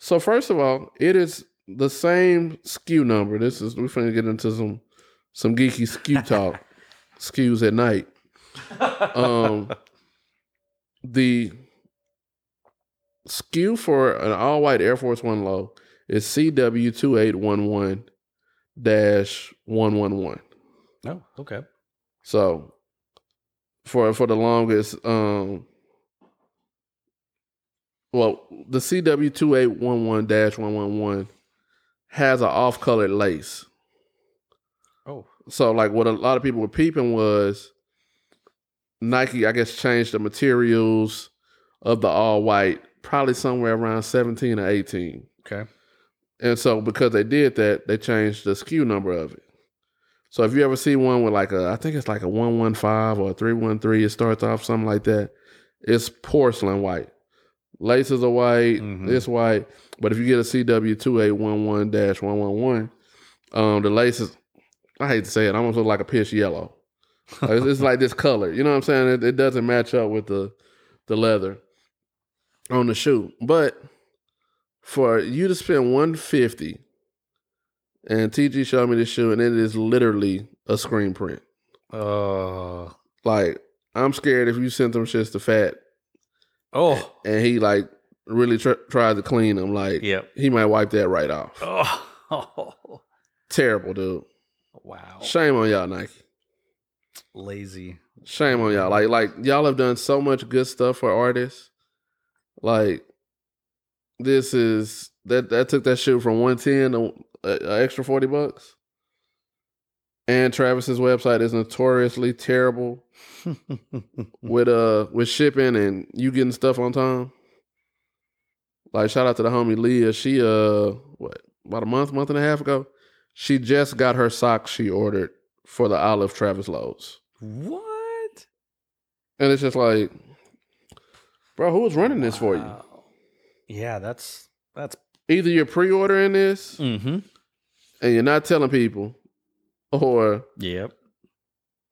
[SPEAKER 2] So first of all, it is the same SKU number. This is we're finna get into some some geeky SKU talk. SKUs at night. Um, the SKU for an all white Air Force One low is CW two eight one one dash one one one.
[SPEAKER 1] No. Oh, Okay.
[SPEAKER 2] So for for the longest, um well, the CW two eight one one dash one one one has an off colored lace.
[SPEAKER 1] Oh.
[SPEAKER 2] So like what a lot of people were peeping was Nike, I guess, changed the materials of the all white probably somewhere around seventeen or eighteen.
[SPEAKER 1] Okay.
[SPEAKER 2] And so because they did that, they changed the SKU number of it. So if you ever see one with like a, I think it's like a 115 or a 313, it starts off something like that. It's porcelain white. Laces are white,
[SPEAKER 1] Mhm.
[SPEAKER 2] it's white. But if you get a CW2811-111, um, the laces, I hate to say it, almost look like a pitch yellow. Like, it's, it's like this color. You know what I'm saying? It, it doesn't match up with the the leather on the shoe. But for you to spend 150 and TG showed me this shoe and it is literally a screen print.
[SPEAKER 1] Uh,
[SPEAKER 2] Like I'm scared if you sent them shits to Fat
[SPEAKER 1] oh.
[SPEAKER 2] and he like really tr- tried to clean them like
[SPEAKER 1] Yep.
[SPEAKER 2] he might wipe that right off.
[SPEAKER 1] Oh.
[SPEAKER 2] Terrible dude.
[SPEAKER 1] Wow.
[SPEAKER 2] Shame on y'all Nike.
[SPEAKER 1] Lazy.
[SPEAKER 2] Shame on y'all. Like like y'all have done so much good stuff for artists. Like this is that that took that shoe from 110 to uh, an extra 40 bucks. And Travis's website is notoriously terrible with uh with shipping and you getting stuff on time. Like shout out to the homie Leah. She uh what about a month, month and a half ago, she just got her socks she ordered for the Olive Travis Lowe's.
[SPEAKER 1] what?
[SPEAKER 2] And it's just like, bro, who is running this for you?
[SPEAKER 1] Wow. Yeah, that's that's.
[SPEAKER 2] Either you're pre-ordering this
[SPEAKER 1] Mm-hmm.
[SPEAKER 2] and you're not telling people, or
[SPEAKER 1] Yep.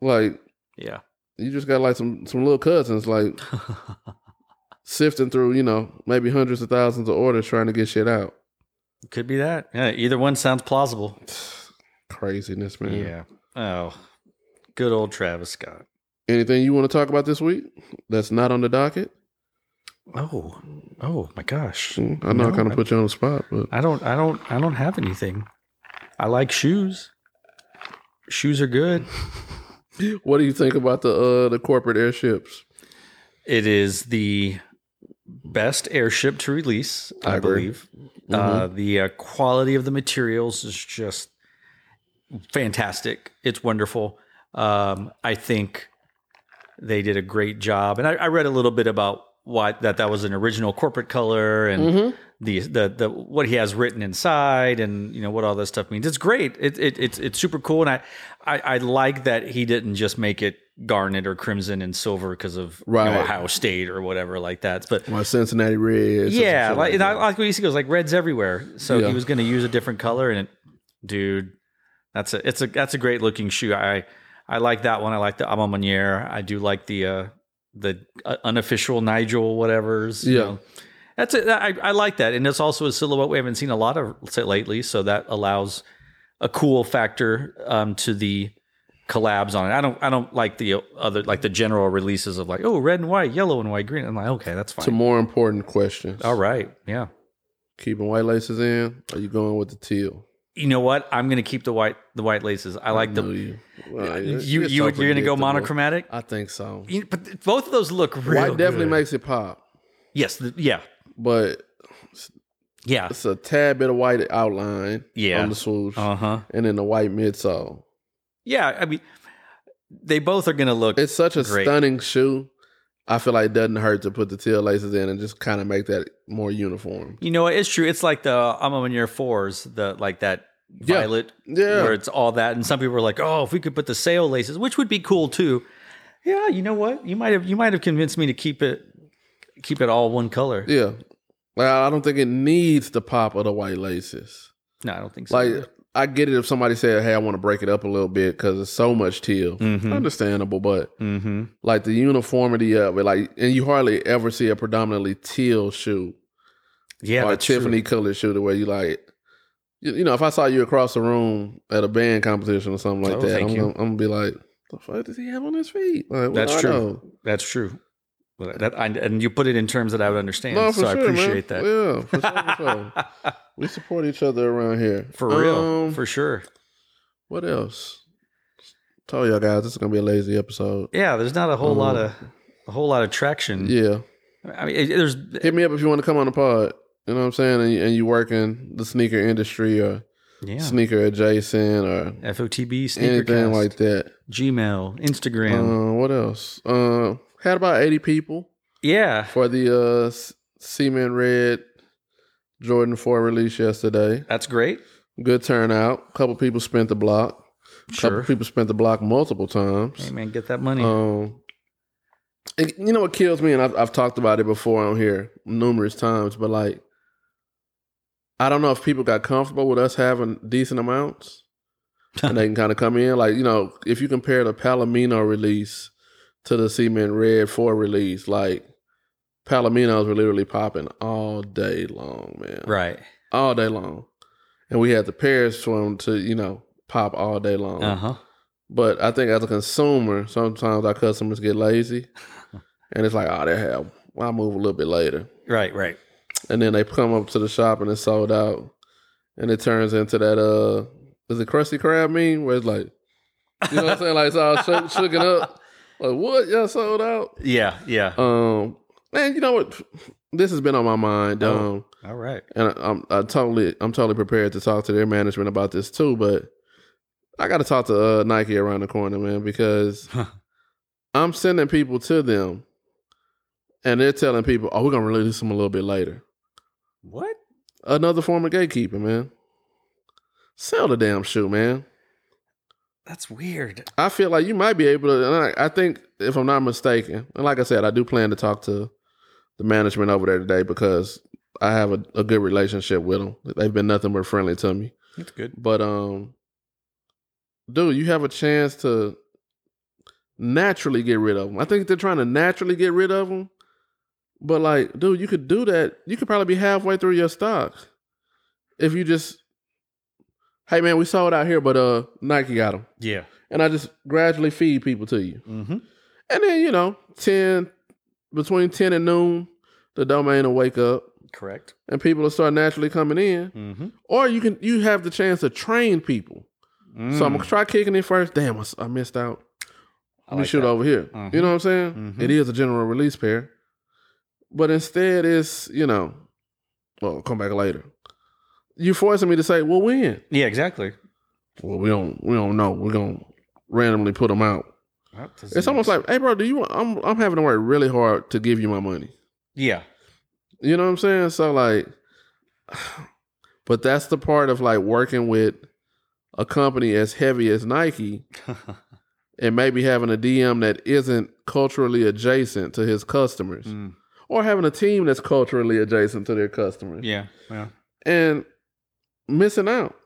[SPEAKER 2] like
[SPEAKER 1] Yeah.
[SPEAKER 2] you just got like some some little cousins like sifting through, you know, maybe hundreds of thousands of orders trying to get shit out.
[SPEAKER 1] Could be that. Yeah. Either one sounds plausible.
[SPEAKER 2] Craziness, man.
[SPEAKER 1] Yeah. Oh, good old Travis Scott.
[SPEAKER 2] Anything you want to talk about this week that's not on the docket?
[SPEAKER 1] Oh, oh my gosh!
[SPEAKER 2] Mm, I'm not
[SPEAKER 1] No,
[SPEAKER 2] gonna
[SPEAKER 1] I-
[SPEAKER 2] put you on the spot, but
[SPEAKER 1] I don't, I don't, I don't have anything. I like shoes. Shoes are good.
[SPEAKER 2] what do you think about the uh the corporate airships?
[SPEAKER 1] It is the best airship to release, I,
[SPEAKER 2] I agree.
[SPEAKER 1] believe. Uh, the uh, quality of the materials is just fantastic. It's wonderful. Um, I think they did a great job, and I, I read a little bit about why that that was an original corporate color and the, the the what he has written inside and you know what all that stuff means. It's great. It, it it's it's super cool, and I, I I like that he didn't just make it garnet or crimson and silver because of you know,
[SPEAKER 2] Right.
[SPEAKER 1] Ohio State or whatever like that. But
[SPEAKER 2] My Cincinnati Reds. or
[SPEAKER 1] yeah,
[SPEAKER 2] some shit
[SPEAKER 1] like, and I
[SPEAKER 2] that.
[SPEAKER 1] like what you see goes like reds everywhere. So
[SPEAKER 2] Yeah.
[SPEAKER 1] he was going to use a different color, and it, dude, that's a it's a that's a great looking shoe. I I like that one. I like the Amamanier. I do like the uh the uh, unofficial Nigel whatever's. you
[SPEAKER 2] Yeah.
[SPEAKER 1] know. that's it. I I like that, and it's also a silhouette we haven't seen a lot of say, lately. So that allows a cool factor um to the collabs on it. I don't I don't like the other like the general releases of like oh red and white, yellow and white, green. I'm like okay, that's fine.
[SPEAKER 2] to more important questions.
[SPEAKER 1] All right, yeah.
[SPEAKER 2] Keeping white laces in? Are you going with the teal?
[SPEAKER 1] you know what? I'm gonna keep the white the white laces. I like
[SPEAKER 2] Know
[SPEAKER 1] the
[SPEAKER 2] you. Mm-hmm. Well,
[SPEAKER 1] you
[SPEAKER 2] it's-
[SPEAKER 1] you
[SPEAKER 2] it's
[SPEAKER 1] you
[SPEAKER 2] so
[SPEAKER 1] are gonna go
[SPEAKER 2] predictable.
[SPEAKER 1] monochromatic.
[SPEAKER 2] I think so.
[SPEAKER 1] You- but th- both of those look real.
[SPEAKER 2] White definitely
[SPEAKER 1] good.
[SPEAKER 2] makes it pop,
[SPEAKER 1] yes, th- yeah,
[SPEAKER 2] but
[SPEAKER 1] yeah,
[SPEAKER 2] it's a tad bit of white outline
[SPEAKER 1] Yeah.
[SPEAKER 2] on the swoosh,
[SPEAKER 1] uh huh,
[SPEAKER 2] and then the white midsole.
[SPEAKER 1] yeah. I mean, they both are gonna look.
[SPEAKER 2] It's such a
[SPEAKER 1] Great.
[SPEAKER 2] stunning shoe. I feel like it doesn't hurt to put the teal laces in and just kind of make that more uniform.
[SPEAKER 1] You know what? It's true. It's like the I'm on your fours. The like that
[SPEAKER 2] Yeah.
[SPEAKER 1] violet
[SPEAKER 2] Yeah,
[SPEAKER 1] where it's all that. And some people are like, oh, if we could put the sail laces, which would be cool too. Yeah, you know what? You might have you might have convinced me to keep it keep it all one color.
[SPEAKER 2] yeah. Like I don't think it needs the pop of the white laces.
[SPEAKER 1] No, I don't think so.
[SPEAKER 2] Like I get it if somebody said, "Hey, I want to break it up a little bit because it's so much teal."
[SPEAKER 1] mm-hmm,
[SPEAKER 2] Understandable, but
[SPEAKER 1] mm-hmm.
[SPEAKER 2] like the uniformity of it, like, and you hardly ever see a predominantly teal shoe
[SPEAKER 1] Yeah,
[SPEAKER 2] or a
[SPEAKER 1] that's true.
[SPEAKER 2] Tiffany colored shoe to where you like, you, you know, if I saw you across the room at a band competition or something like
[SPEAKER 1] Oh,
[SPEAKER 2] that,
[SPEAKER 1] thank
[SPEAKER 2] I'm,
[SPEAKER 1] you.
[SPEAKER 2] gonna, I'm gonna be like, the fuck does he have on his feet? Like, what
[SPEAKER 1] That's
[SPEAKER 2] are
[SPEAKER 1] true.
[SPEAKER 2] those?
[SPEAKER 1] That's true. Well, that, I, and you put it in terms that I would understand.
[SPEAKER 2] No, for
[SPEAKER 1] so I
[SPEAKER 2] sure,
[SPEAKER 1] appreciate that.
[SPEAKER 2] man. Yeah, for sure, for sure. We support each other around here.
[SPEAKER 1] For real.
[SPEAKER 2] Um,
[SPEAKER 1] for sure.
[SPEAKER 2] what else? Told y'all guys this is gonna be a lazy episode.
[SPEAKER 1] Yeah, there's not a whole lot
[SPEAKER 2] um,
[SPEAKER 1] of a whole lot of traction.
[SPEAKER 2] Yeah.
[SPEAKER 1] I mean, it, there's
[SPEAKER 2] Hit me up if you want to come on the pod. You know what I'm saying? And you, and you work in the sneaker industry or
[SPEAKER 1] yeah.
[SPEAKER 2] sneaker adjacent or
[SPEAKER 1] FOTB,
[SPEAKER 2] anything
[SPEAKER 1] Sneakercast,
[SPEAKER 2] like that.
[SPEAKER 1] Gmail, Instagram.
[SPEAKER 2] Uh, what else? Uh, had about 80 people
[SPEAKER 1] yeah.
[SPEAKER 2] for the uh, S- Seaman Red Jordan 4 release yesterday.
[SPEAKER 1] That's great.
[SPEAKER 2] Good turnout. couple people spent the block.
[SPEAKER 1] Sure.
[SPEAKER 2] couple people spent the block multiple
[SPEAKER 1] Hey,
[SPEAKER 2] times.
[SPEAKER 1] man, get that money.
[SPEAKER 2] Um, and you know what kills me, and I've, I've talked about it before on here numerous times, but like, I don't know if people got comfortable with us having decent amounts, and they can kind of come in. Like, you know, if you compare the Palomino release to the Seaman Red Four release, like Palominos were literally popping all day long, man,
[SPEAKER 1] right.
[SPEAKER 2] all day long, and we had the Paris one to you know pop all day long.
[SPEAKER 1] Uh huh.
[SPEAKER 2] But I think as a consumer, sometimes our customers get lazy, and it's like, oh, they have. Well, I'll move a little bit later,
[SPEAKER 1] Right. Right.
[SPEAKER 2] and then they come up to the shop and it's sold out, and it turns into that uh, is it Krusty Krab meme where it's like, you know what I'm saying, like it's all shook, shook it up, like what y'all sold out?
[SPEAKER 1] Yeah. Yeah.
[SPEAKER 2] Um, man, you know what? This has been on my mind.
[SPEAKER 1] Oh.
[SPEAKER 2] Um,
[SPEAKER 1] All right.
[SPEAKER 2] and I, I'm I totally I'm totally prepared to talk to their management about this too. But I got to talk to uh, Nike around the corner, man, because I'm sending people to them, and they're telling people, "Oh, we're gonna release them a little bit later."
[SPEAKER 1] What?
[SPEAKER 2] Another form of gatekeeping, man. Sell the damn shoe, man.
[SPEAKER 1] That's weird.
[SPEAKER 2] I feel like you might be able to. And I, I think, if I'm not mistaken, and like I said, I do plan to talk to the management over there today because I have a, a good relationship with them. They've been nothing but friendly to me.
[SPEAKER 1] That's good.
[SPEAKER 2] But um, dude, you have a chance to naturally get rid of them. I think they're trying to naturally get rid of them. But like, dude, you could do that. You could probably be halfway through your stock if you just, hey man, we sold out here, but uh, Nike got them,
[SPEAKER 1] Yeah.
[SPEAKER 2] and I just gradually feed people to you,
[SPEAKER 1] Mm-hmm.
[SPEAKER 2] and then you know, ten between ten and noon, the domain will wake up
[SPEAKER 1] Correct. Mm-hmm.
[SPEAKER 2] and people will start naturally coming in. Or you can you have the chance to train people. So
[SPEAKER 1] Mm.
[SPEAKER 2] I'm gonna try kicking it first. Damn, I s- I missed out. Let me
[SPEAKER 1] like
[SPEAKER 2] shoot
[SPEAKER 1] that.
[SPEAKER 2] over here. You know what I'm saying?
[SPEAKER 1] Mhm.
[SPEAKER 2] It is a general release pair, but instead it's you know, well, come back later. You're forcing me to say, well, when?
[SPEAKER 1] Yeah, exactly.
[SPEAKER 2] Well, we don't we don't know. We're gonna randomly put them out. It's almost like, hey, bro, do you? Want, I'm I'm having to work really hard to give you my money.
[SPEAKER 1] yeah,
[SPEAKER 2] You know what I'm saying? So like but that's the part of like working with a company as heavy as Nike and maybe having a DM that isn't culturally adjacent to his customers
[SPEAKER 1] Mm.
[SPEAKER 2] or having a team that's culturally adjacent to their customers
[SPEAKER 1] yeah, yeah.
[SPEAKER 2] and missing out.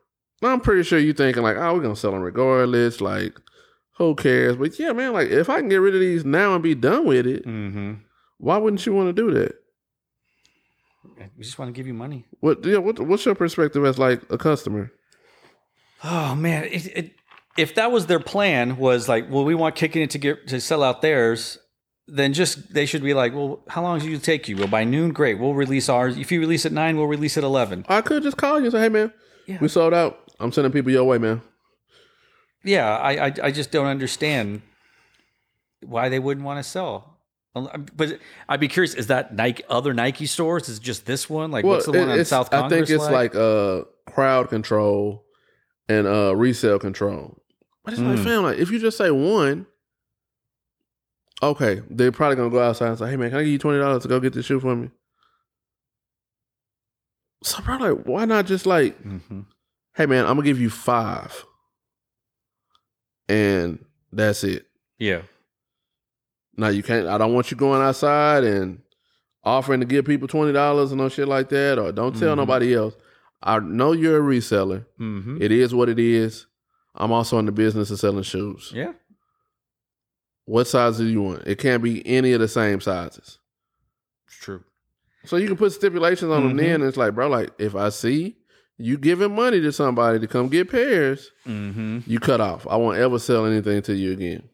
[SPEAKER 2] I'm pretty sure you're thinking like, oh, we're gonna sell them regardless. Like, who cares? But yeah, man, like if I can get rid of these now and be done with it,
[SPEAKER 1] Mm-hmm.
[SPEAKER 2] why wouldn't you want to do that?
[SPEAKER 1] We just want to give you money.
[SPEAKER 2] What yeah, what what's your perspective as like a customer?
[SPEAKER 1] Oh man, it, it, if that was their plan, was like, well, we want kicking it to get to sell out theirs. Then just they should be like, well, how long does it take you? Well, by noon, great. We'll release ours. If you release at nine, we'll release at eleven.
[SPEAKER 2] I could just call you and say, Hey man,
[SPEAKER 1] Yeah.
[SPEAKER 2] we sold out. I'm sending people your way, man.
[SPEAKER 1] Yeah, I, I, I just don't understand why they wouldn't want to sell. Um, But I'd be curious: is that Nike other Nike stores? Is it just this one? Like, what's the
[SPEAKER 2] it-
[SPEAKER 1] one on
[SPEAKER 2] it's-
[SPEAKER 1] South
[SPEAKER 2] I
[SPEAKER 1] Congress?
[SPEAKER 2] think it's like uh crowd control and uh resale control. But it's like,
[SPEAKER 1] Mm.
[SPEAKER 2] fam, like if you just say one, okay, they're probably gonna go outside and say, Hey man, can I give you twenty dollars to go get this shoe for me? So probably like, why not just like
[SPEAKER 1] hmm
[SPEAKER 2] hey man, I'm gonna give you five. And that's it.
[SPEAKER 1] yeah,
[SPEAKER 2] Now you can't I don't want you going outside and offering to give people twenty dollars and no shit like that, or don't tell
[SPEAKER 1] Mhm.
[SPEAKER 2] nobody else. I know you're a reseller.
[SPEAKER 1] hmm
[SPEAKER 2] It is what it is. I'm also in the business of selling shoes.
[SPEAKER 1] yeah,
[SPEAKER 2] What size do you want? It can't be any of the same sizes.
[SPEAKER 1] it's true.
[SPEAKER 2] So you can put stipulations on them
[SPEAKER 1] Mhm.
[SPEAKER 2] then. And it's like, bro, like if I see you giving money to somebody to come get pairs,
[SPEAKER 1] hmm
[SPEAKER 2] you cut off. I won't ever sell anything to you again.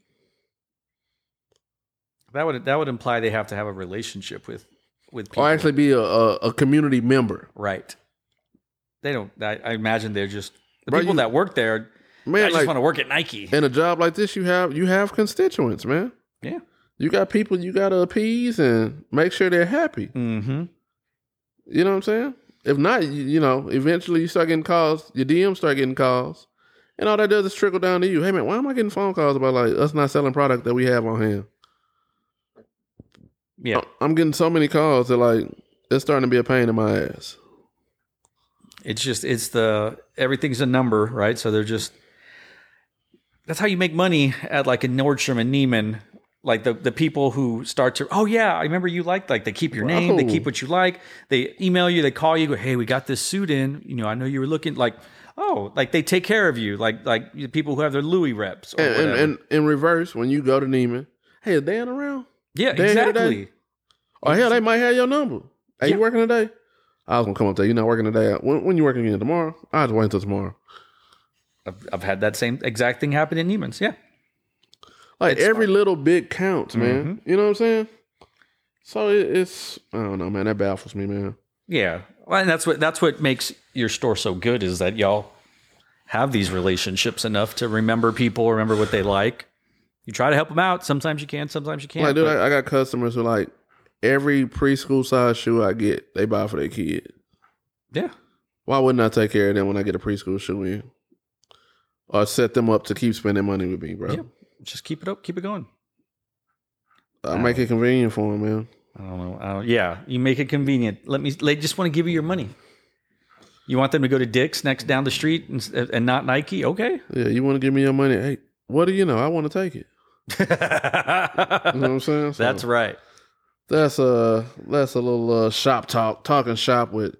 [SPEAKER 1] That would that would imply they have to have a relationship with with people,
[SPEAKER 2] Or actually be a, a, a community member.
[SPEAKER 1] right? They don't. I, I imagine they're just the
[SPEAKER 2] Bro,
[SPEAKER 1] people
[SPEAKER 2] you-
[SPEAKER 1] that work there. I
[SPEAKER 2] Man,
[SPEAKER 1] just
[SPEAKER 2] like
[SPEAKER 1] want to work at Nike.
[SPEAKER 2] in a job like this, you have you have constituents, man.
[SPEAKER 1] Yeah.
[SPEAKER 2] You got people you gotta appease and make sure they're happy.
[SPEAKER 1] Mm-hmm.
[SPEAKER 2] You know what I'm saying? If not, you, you know, eventually you start getting calls, your DMs start getting calls, and all that does is trickle down to you. Hey man, why am I getting phone calls about like us not selling product that we have on hand?
[SPEAKER 1] Yeah,
[SPEAKER 2] I- I'm getting so many calls that like it's starting to be a pain in my ass.
[SPEAKER 1] It's just it's the everything's a number, right? So they're just that's how you make money at like a Nordstrom and Neiman. Like the the people who start to oh yeah, I remember you liked like they keep your name, they
[SPEAKER 2] Wow.
[SPEAKER 1] keep what you like, they email you, they call you, go, hey, we got this suit in. You know, I know you were looking like oh, like they take care of you, like like the people who have their Louis reps or
[SPEAKER 2] And, and,
[SPEAKER 1] whatever.
[SPEAKER 2] and in reverse, when you go to Neiman, hey, is Dan around?
[SPEAKER 1] yeah,
[SPEAKER 2] they're here today.
[SPEAKER 1] exactly.
[SPEAKER 2] Or Oh, hell, they might have your number. Are
[SPEAKER 1] Yeah.
[SPEAKER 2] you working today? I was gonna come up there. You're not working today. When, when you working again tomorrow? I just wait until tomorrow.
[SPEAKER 1] I've, I've had that same exact thing happen in Neiman's. Yeah,
[SPEAKER 2] Like
[SPEAKER 1] It's Mm-hmm.
[SPEAKER 2] every little bit counts, man. You know what I'm saying? So it, it's I don't know, man. That baffles me, man.
[SPEAKER 1] Yeah, well, and that's what that's what makes your store so good is that y'all have these relationships enough to remember people, remember what they like. You try to help them out. Sometimes you can, sometimes you can't.
[SPEAKER 2] Like, dude,
[SPEAKER 1] but-
[SPEAKER 2] I, I got customers who like every preschool size shoe I get, they buy for their kid.
[SPEAKER 1] yeah,
[SPEAKER 2] Why wouldn't I take care of them when I get a preschool shoe in? Or set them up to keep spending money with me, bro.
[SPEAKER 1] Yeah. just keep it up, keep it going.
[SPEAKER 2] I make it convenient for them, man.
[SPEAKER 1] I don't know. I don't, yeah, you make it convenient. Let me. They just want to give you your money. You want them to go to Dick's next down the street and, s- and not Nike? Okay.
[SPEAKER 2] Yeah, you want to give me your money? Hey, what do you know? I want to take it. You know what I'm saying? So-
[SPEAKER 1] that's right.
[SPEAKER 2] That's a that's a little uh, shop talk, talking shop with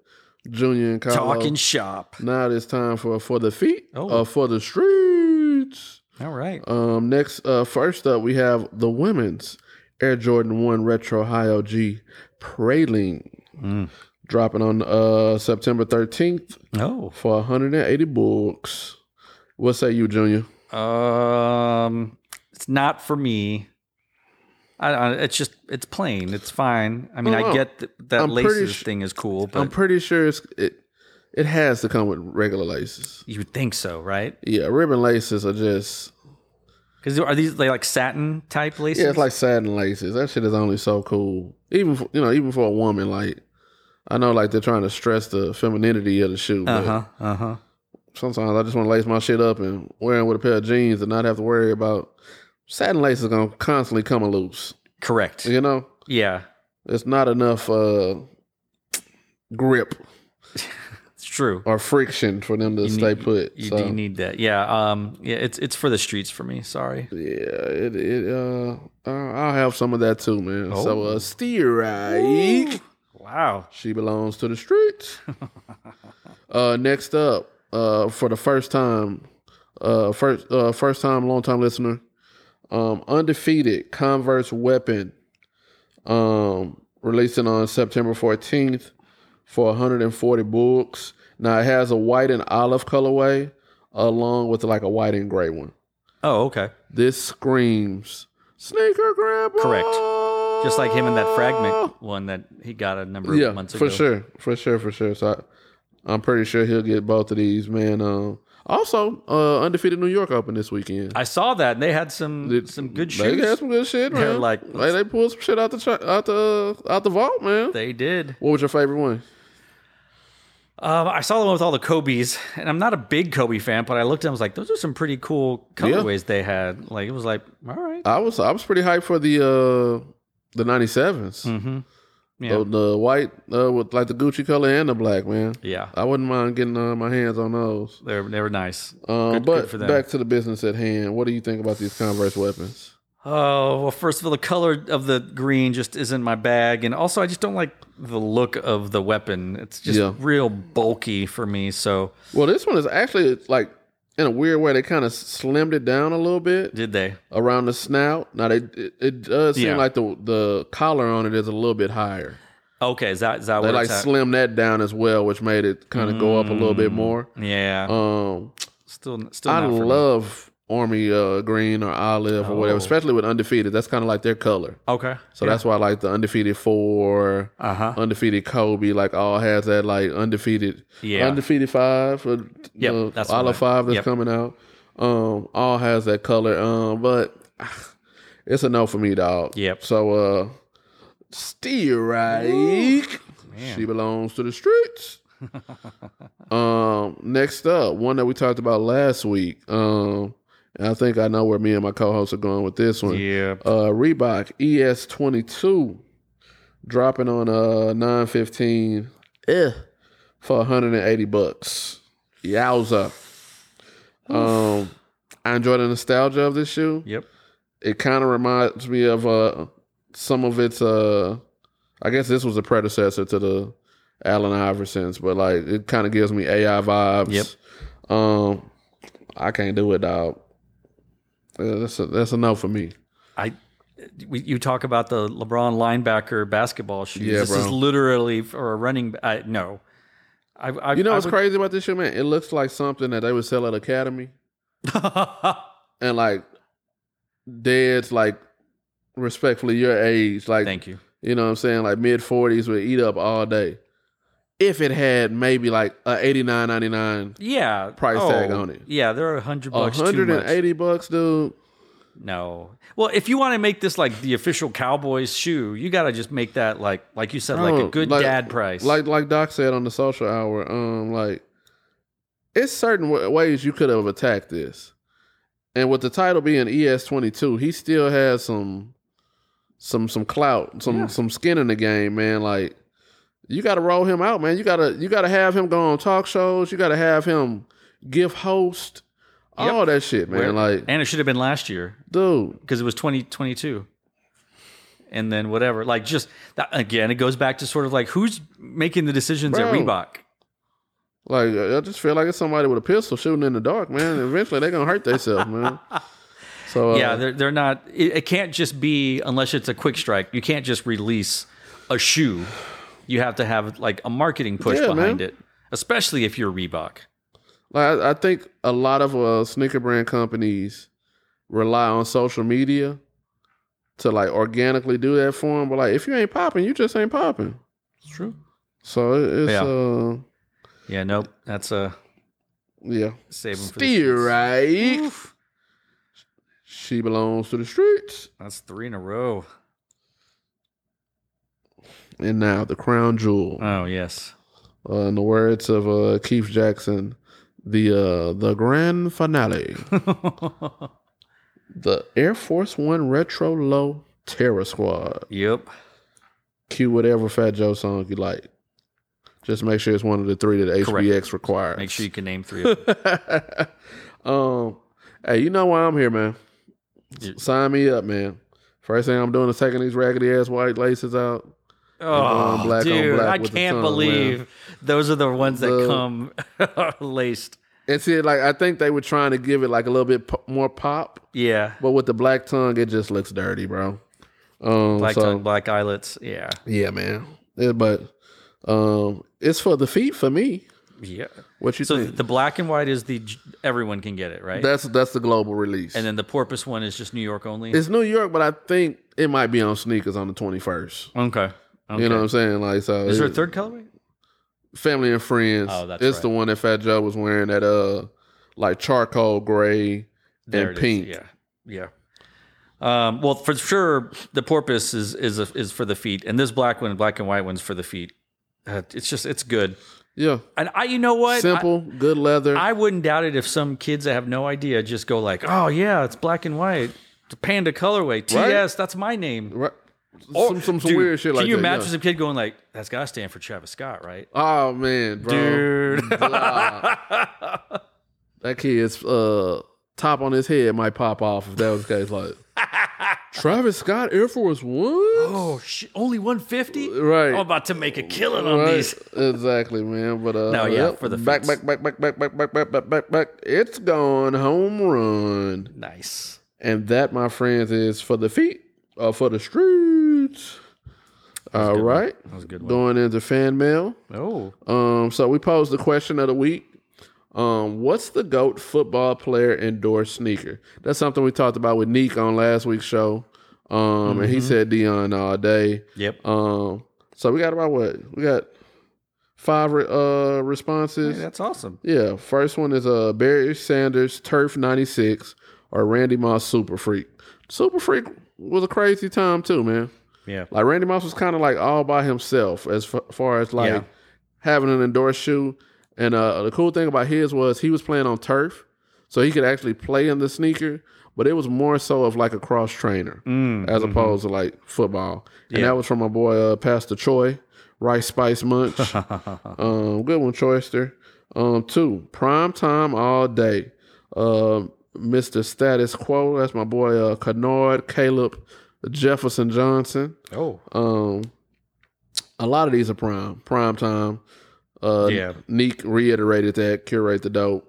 [SPEAKER 2] Junior and Carlo.
[SPEAKER 1] Talking shop.
[SPEAKER 2] Now it's time for for the feet
[SPEAKER 1] Oh.
[SPEAKER 2] uh, for the streets.
[SPEAKER 1] All right.
[SPEAKER 2] Um, next, uh, first up, we have the women's Air Jordan One Retro High OG Praline
[SPEAKER 1] Mm.
[SPEAKER 2] dropping on uh September thirteenth
[SPEAKER 1] Oh.
[SPEAKER 2] for 180 bucks. What say you, Junior?
[SPEAKER 1] Um, it's not for me. I don't. It's just it's plain. It's fine. I mean,
[SPEAKER 2] No,
[SPEAKER 1] I
[SPEAKER 2] no.
[SPEAKER 1] get that, that
[SPEAKER 2] Oh, I'm pretty
[SPEAKER 1] laces
[SPEAKER 2] su-
[SPEAKER 1] thing is cool,
[SPEAKER 2] I'm
[SPEAKER 1] but
[SPEAKER 2] pretty sure it's, it it has to come with regular laces.
[SPEAKER 1] you would think so, right?
[SPEAKER 2] Yeah, ribbon laces are just
[SPEAKER 1] Because are these they like satin type laces?
[SPEAKER 2] yeah, it's like satin laces. That shit is only so cool. Even for, you know, even for a woman, like I know, like they're trying to stress the femininity of the shoe.
[SPEAKER 1] uh
[SPEAKER 2] but
[SPEAKER 1] huh, uh huh.
[SPEAKER 2] sometimes I just want to lace my shit up and wear it with a pair of jeans and not have to worry about satin laces gonna constantly come loose.
[SPEAKER 1] Correct.
[SPEAKER 2] You know,
[SPEAKER 1] Yeah,
[SPEAKER 2] it's not enough uh, grip
[SPEAKER 1] it's true.
[SPEAKER 2] or friction for them to
[SPEAKER 1] You
[SPEAKER 2] stay
[SPEAKER 1] need-
[SPEAKER 2] put.
[SPEAKER 1] You
[SPEAKER 2] so,
[SPEAKER 1] do need that. Yeah. Um. Yeah. It's it's for the streets for me. Sorry.
[SPEAKER 2] yeah, it, it uh, uh, I'll have some of that too, man.
[SPEAKER 1] Oh.
[SPEAKER 2] So, uh, Steerike,
[SPEAKER 1] Wow.
[SPEAKER 2] she belongs to the streets. uh, next up, uh, for the first time, uh, first uh, first time, long time listener, um, undefeated Converse Weapon, um, releasing on September fourteenth for 140 bucks. Now it has a white and olive colorway, along with like a white and gray one.
[SPEAKER 1] Oh, okay.
[SPEAKER 2] This screams sneaker grandpa.
[SPEAKER 1] Correct. Just like him in that fragment one that he got a number of
[SPEAKER 2] Oh. Yeah,
[SPEAKER 1] months ago.
[SPEAKER 2] for sure, for sure, for sure. So I, I'm pretty sure he'll get both of these, man. Um, also, uh, undefeated New York Open this weekend.
[SPEAKER 1] I saw that and they had some
[SPEAKER 2] Did-
[SPEAKER 1] some good
[SPEAKER 2] They
[SPEAKER 1] shoes.
[SPEAKER 2] had some good shit, man.
[SPEAKER 1] They're like-
[SPEAKER 2] Like, they pulled some shit out the tra- out the out the vault, man.
[SPEAKER 1] They did.
[SPEAKER 2] what was your favorite one?
[SPEAKER 1] Um, I saw the one with all the Kobe's, and I'm not a big Kobe fan, but I looked at them, I was like, those are some pretty cool colorways they had. Like it was like, all right.
[SPEAKER 2] I was I was pretty hyped for the uh the 97s.
[SPEAKER 1] Mm-hmm. Yeah.
[SPEAKER 2] The, the white uh, with like the Gucci color and the black, man.
[SPEAKER 1] yeah.
[SPEAKER 2] I wouldn't mind getting uh, my hands on those.
[SPEAKER 1] They were, they were nice.
[SPEAKER 2] Um,
[SPEAKER 1] Good-
[SPEAKER 2] but
[SPEAKER 1] good for them.
[SPEAKER 2] back to the business at hand. What do you think about these Converse weapons?
[SPEAKER 1] Oh, well, first of all, the color of the green just isn't my bag. And also, I just don't like the look of the weapon. It's just
[SPEAKER 2] Yeah.
[SPEAKER 1] real bulky for me. So,
[SPEAKER 2] Well, this one is actually like in a weird way they kind of slimmed it down a little bit
[SPEAKER 1] did they?
[SPEAKER 2] around the snout. Now they, it, it does seem
[SPEAKER 1] Yeah.
[SPEAKER 2] like the the collar on it is a little bit higher.
[SPEAKER 1] Okay, is that, is that
[SPEAKER 2] They
[SPEAKER 1] what
[SPEAKER 2] like
[SPEAKER 1] it's at?
[SPEAKER 2] slimmed that down as well, which made it kind of go up a little bit more.
[SPEAKER 1] Yeah.
[SPEAKER 2] Um,
[SPEAKER 1] still, still
[SPEAKER 2] I
[SPEAKER 1] Mm. not for me.
[SPEAKER 2] love army uh, green or olive or
[SPEAKER 1] Oh.
[SPEAKER 2] whatever, especially with undefeated. That's kind of like their color.
[SPEAKER 1] Okay.
[SPEAKER 2] So that's why I like the undefeated four.
[SPEAKER 1] Uh huh.
[SPEAKER 2] undefeated Kobe, like all has that like undefeated,
[SPEAKER 1] Yeah.
[SPEAKER 2] undefeated five, or
[SPEAKER 1] Yep,
[SPEAKER 2] uh,
[SPEAKER 1] that's what
[SPEAKER 2] all
[SPEAKER 1] I-
[SPEAKER 2] of five that's
[SPEAKER 1] yep.
[SPEAKER 2] coming out. Um, all has that color. Um, but it's a no for me, dog.
[SPEAKER 1] Yep.
[SPEAKER 2] So uh, Steerike,
[SPEAKER 1] man.
[SPEAKER 2] she belongs to the streets. um, next up, one that we talked about last week. Um, and I think I know where me and my co-hosts are going with this one
[SPEAKER 1] Yeah.
[SPEAKER 2] uh Reebok ES22 dropping on uh 915 eh, for 180 bucks. Yowza. Um I enjoy the nostalgia of this shoe.
[SPEAKER 1] Yep.
[SPEAKER 2] It kind of reminds me of uh some of its uh I guess this was a predecessor to the Allen Iversons, but like it kind of gives me AI vibes. Yep. Um I can't do it, dog. Uh, That's a, that's a no for me.
[SPEAKER 1] I we, you talk about the LeBron linebacker basketball shoes.
[SPEAKER 2] Yeah,
[SPEAKER 1] this
[SPEAKER 2] bro.
[SPEAKER 1] is literally for a running. ba- I, no, I, I
[SPEAKER 2] You know
[SPEAKER 1] I
[SPEAKER 2] what's
[SPEAKER 1] would-
[SPEAKER 2] crazy about this shit, man? It looks like something that they would sell at Academy, and like dads like respectfully your age, like
[SPEAKER 1] Thank you.
[SPEAKER 2] you know what I'm saying, like mid forties would eat up all day. If it had maybe like a eighty nine ninety nine,
[SPEAKER 1] Yeah, Oh,
[SPEAKER 2] Price tag on it.
[SPEAKER 1] Yeah, they're a hundred
[SPEAKER 2] a
[SPEAKER 1] bucks.
[SPEAKER 2] hundred and
[SPEAKER 1] eighty.
[SPEAKER 2] eighty bucks, dude.
[SPEAKER 1] No, well, if you want to make this like the official Cowboys shoe, you got to just make that like like you said, like a
[SPEAKER 2] Bro,
[SPEAKER 1] good
[SPEAKER 2] like-
[SPEAKER 1] dad price.
[SPEAKER 2] Like like Doc said on the social hour, um, like it's certain w- ways you could have attacked this, and with the title being ES twenty two, he still has some, some some clout, some
[SPEAKER 1] Yeah.
[SPEAKER 2] some skin in the game, man. Like you got to roll him out, man. You gotta you gotta have him go on talk shows. You gotta have him gift host,
[SPEAKER 1] Yep.
[SPEAKER 2] all that shit, man.
[SPEAKER 1] Where-
[SPEAKER 2] Like
[SPEAKER 1] and it should have been last year
[SPEAKER 2] dude,
[SPEAKER 1] because it was 2022 and then whatever like just that again it goes back to sort of like who's making the decisions at
[SPEAKER 2] Bro.
[SPEAKER 1] reebok
[SPEAKER 2] like I just feel like it's somebody with a pistol shooting in the dark, man. Eventually they gonna hurt themselves, man. So uh,
[SPEAKER 1] yeah they're, they're not it, it can't just be unless it's a quick strike you can't just release a shoe you have to have like a marketing push
[SPEAKER 2] Yeah,
[SPEAKER 1] behind
[SPEAKER 2] man.
[SPEAKER 1] it especially if you're reebok
[SPEAKER 2] Like I, I think a lot of uh, sneaker brand companies rely on social media to like organically do that for him. But like, if you ain't popping, you just ain't popping.
[SPEAKER 1] It's true.
[SPEAKER 2] So it, it's
[SPEAKER 1] Yeah.
[SPEAKER 2] uh
[SPEAKER 1] Yeah, nope. That's a
[SPEAKER 2] yeah,
[SPEAKER 1] save him for the
[SPEAKER 2] still
[SPEAKER 1] streets.
[SPEAKER 2] right.
[SPEAKER 1] Oof.
[SPEAKER 2] She belongs to the streets,
[SPEAKER 1] That's three in a row.
[SPEAKER 2] and now the crown jewel.
[SPEAKER 1] Oh yes.
[SPEAKER 2] Uh, in the words of uh, Keith Jackson, the uh, the grand finale, the Air Force One Retro Low Terror Squad.
[SPEAKER 1] yep.
[SPEAKER 2] Cue whatever Fat Joe song you like. Just make sure it's one of the three that HBX
[SPEAKER 1] Correct.
[SPEAKER 2] requires.
[SPEAKER 1] Make sure you can name three. Of them.
[SPEAKER 2] um, hey, you know why I'm here, man.
[SPEAKER 1] You-
[SPEAKER 2] Sign me up, man. First thing I'm doing is taking these raggedy ass white laces out.
[SPEAKER 1] Oh,
[SPEAKER 2] on black on
[SPEAKER 1] dude,
[SPEAKER 2] black
[SPEAKER 1] I
[SPEAKER 2] with the
[SPEAKER 1] can't
[SPEAKER 2] tongue,
[SPEAKER 1] believe those are the ones that
[SPEAKER 2] The-
[SPEAKER 1] come laced.
[SPEAKER 2] And see, like I think they were trying to give it like a little bit po- more pop,
[SPEAKER 1] Yeah,
[SPEAKER 2] but with the black tongue, it just looks dirty, bro. Um,
[SPEAKER 1] black
[SPEAKER 2] so,
[SPEAKER 1] tongue, black eyelets. Yeah,
[SPEAKER 2] yeah, man. Yeah, but um, it's for the feet for me.
[SPEAKER 1] yeah.
[SPEAKER 2] What you
[SPEAKER 1] So
[SPEAKER 2] think?
[SPEAKER 1] the black and white is the j- everyone can get it right,
[SPEAKER 2] that's that's the global release.
[SPEAKER 1] and then the porpoise one is just New York only.
[SPEAKER 2] it's New York, but I think it might be on sneakers on the 21st.
[SPEAKER 1] okay. okay.
[SPEAKER 2] You know what I'm saying? Like so,
[SPEAKER 1] is there a
[SPEAKER 2] it-
[SPEAKER 1] third colorway?
[SPEAKER 2] family and friends.
[SPEAKER 1] Oh, that's
[SPEAKER 2] it's
[SPEAKER 1] right.
[SPEAKER 2] the one that Fat Joe was wearing that uh like charcoal gray
[SPEAKER 1] There it
[SPEAKER 2] and
[SPEAKER 1] is.
[SPEAKER 2] pink.
[SPEAKER 1] Yeah, yeah. Um, well, for sure, the porpoise is is a, is for the feet, and this black one, black and white one's for the feet. Uh, it's just it's good,
[SPEAKER 2] Yeah.
[SPEAKER 1] and I you know what? I-
[SPEAKER 2] Simple, good leather.
[SPEAKER 1] I wouldn't doubt it if some kids that have no idea just go like, "Oh yeah, it's black and white, the panda colorway, TS,
[SPEAKER 2] Right?
[SPEAKER 1] that's my name."
[SPEAKER 2] right.
[SPEAKER 1] Or-
[SPEAKER 2] some some, some
[SPEAKER 1] Dude,
[SPEAKER 2] weird shit like
[SPEAKER 1] Can you
[SPEAKER 2] that.
[SPEAKER 1] imagine
[SPEAKER 2] yeah.
[SPEAKER 1] some kid going like, "That's got to stand for Travis Scott, right?"
[SPEAKER 2] Oh man, bro.
[SPEAKER 1] Dude,
[SPEAKER 2] That kid's uh top on his head might pop off if that was the case. Like Travis Scott Air Force One?
[SPEAKER 1] oh shit, only one fifty.
[SPEAKER 2] Right.
[SPEAKER 1] I'm about to make a killing on
[SPEAKER 2] Right,
[SPEAKER 1] these.
[SPEAKER 2] exactly, man. But uh,
[SPEAKER 1] No, yeah,
[SPEAKER 2] yep,
[SPEAKER 1] for the
[SPEAKER 2] back,
[SPEAKER 1] fits.
[SPEAKER 2] back, back, back, back, back, back, back, back, back, back. It's gone home run.
[SPEAKER 1] Nice.
[SPEAKER 2] And that, my friends, is for the feet or for the streets. All right.
[SPEAKER 1] That was a good one.
[SPEAKER 2] Going into fan mail.
[SPEAKER 1] Oh,
[SPEAKER 2] Um, so we posed the question of the week. Um, what's the GOAT football player endorsed sneaker? That's something we talked about with Neek on last week's show. Um, and
[SPEAKER 1] Mm-hmm.
[SPEAKER 2] he said Dion all day.
[SPEAKER 1] yep.
[SPEAKER 2] Um, so we got about what? We got five re- uh
[SPEAKER 1] Hey,
[SPEAKER 2] responses.
[SPEAKER 1] that's awesome.
[SPEAKER 2] Yeah, first one is uh Barry Sanders Turf '96 or Randy Moss Super Freak. Super Freak was a crazy time too, man.
[SPEAKER 1] Yeah.
[SPEAKER 2] Like Randy Moss was kind of like all by himself as f- far as like
[SPEAKER 1] Yeah.
[SPEAKER 2] having an endorsed shoe. And uh, the cool thing about his was he was playing on turf, so he could actually play in the sneaker. But it was more so of like a cross trainer
[SPEAKER 1] Mm,
[SPEAKER 2] as opposed to like football. And
[SPEAKER 1] Yeah.
[SPEAKER 2] that was from my boy uh, Pastor Choi, Rice Spice Munch. um, good one, Choister. Um, two, prime time all day. Um, Mr. Status Quo, that's my boy uh, Kennard, Caleb, Jefferson Johnson.
[SPEAKER 1] oh,
[SPEAKER 2] Um, a lot of these are prime, prime time. Uh,
[SPEAKER 1] Yeah.
[SPEAKER 2] Neek reiterated that. Curate the dope.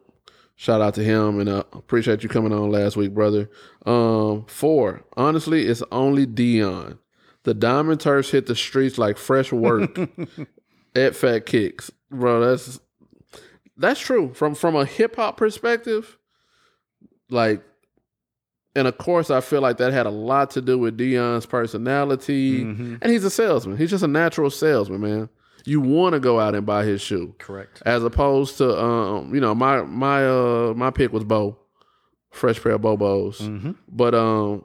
[SPEAKER 2] Shout out to him and uh, appreciate you coming on last week, brother. Um, four. Honestly, it's only Dion. The Diamond Turfs hit the streets like fresh work at Fat Kicks, bro. That's that's true from from a hip hop perspective. Like, and of course, I feel like that had a lot to do with Dion's personality,
[SPEAKER 1] Mhm.
[SPEAKER 2] and he's a salesman. He's just a natural salesman, man. You want to go out and buy his shoe,
[SPEAKER 1] correct.
[SPEAKER 2] as opposed to um, you know, my my uh my pick was Bo, fresh pair of Bobos,
[SPEAKER 1] Mhm.
[SPEAKER 2] but um,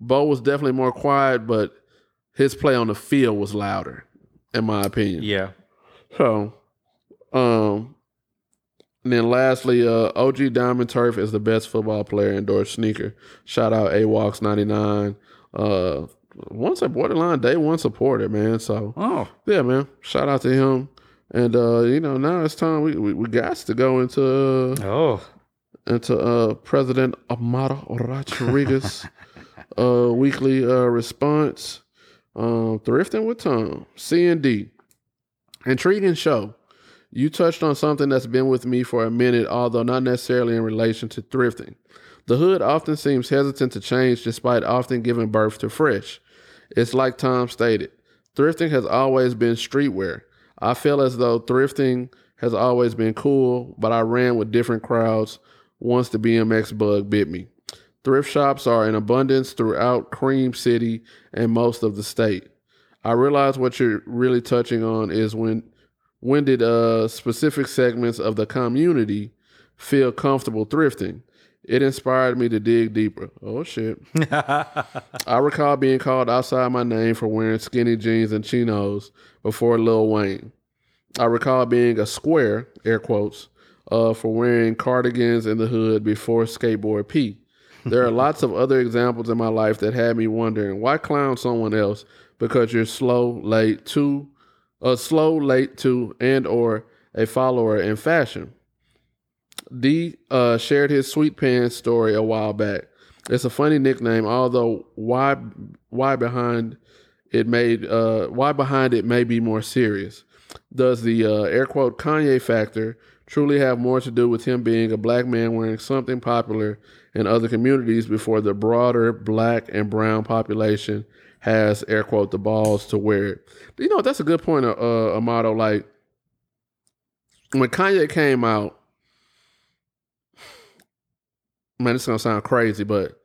[SPEAKER 2] Bo was definitely more quiet, but his play on the field was louder, in my opinion.
[SPEAKER 1] Yeah.
[SPEAKER 2] So, um, and then lastly, uh, OG Diamond Turf is the best football player endorsed sneaker. Shout out A Walks ninety nine. Uh, once a borderline day one supporter, man. So
[SPEAKER 1] Oh,
[SPEAKER 2] yeah, man. Shout out to him. And uh, you know now it's time we we, we got to go into uh,
[SPEAKER 1] oh,
[SPEAKER 2] into uh, President Amara Rodriguez uh, weekly uh, response. Um, Thrifting with Tom, C and D, intriguing show. You touched on something that's been with me for a minute, although not necessarily in relation to thrifting. The hood often seems hesitant to change, despite often giving birth to fresh. It's like Tom stated thrifting has always been streetwear. I feel as though thrifting has always been cool, but I ran with different crowds once the BMX bug bit me. Thrift shops are in abundance throughout Cream City and most of the state. I realize what you're really touching on is when when did uh, specific segments of the community feel comfortable thrifting? It inspired me to dig deeper. Oh shit. I recall being called outside my name for wearing skinny jeans and chinos before Lil Wayne. I recall being a square, air quotes, uh, for wearing cardigans in the hood before skateboard P. There are lots of other examples in my life that had me wondering why clown someone else because you're slow, late to, uh, slow, late to, and or a follower in fashion. D uh, shared his sweet pants story a while back. It's a funny nickname, although why why behind it made uh, why behind it may be more serious. Does the uh, air quote Kanye factor truly have more to do with him being a black man wearing something popular in other communities before the broader black and brown population has air quote the balls to wear it? You know that's a good point, uh, uh, Amato. Like when Kanye came out, man, this is gonna sound crazy, but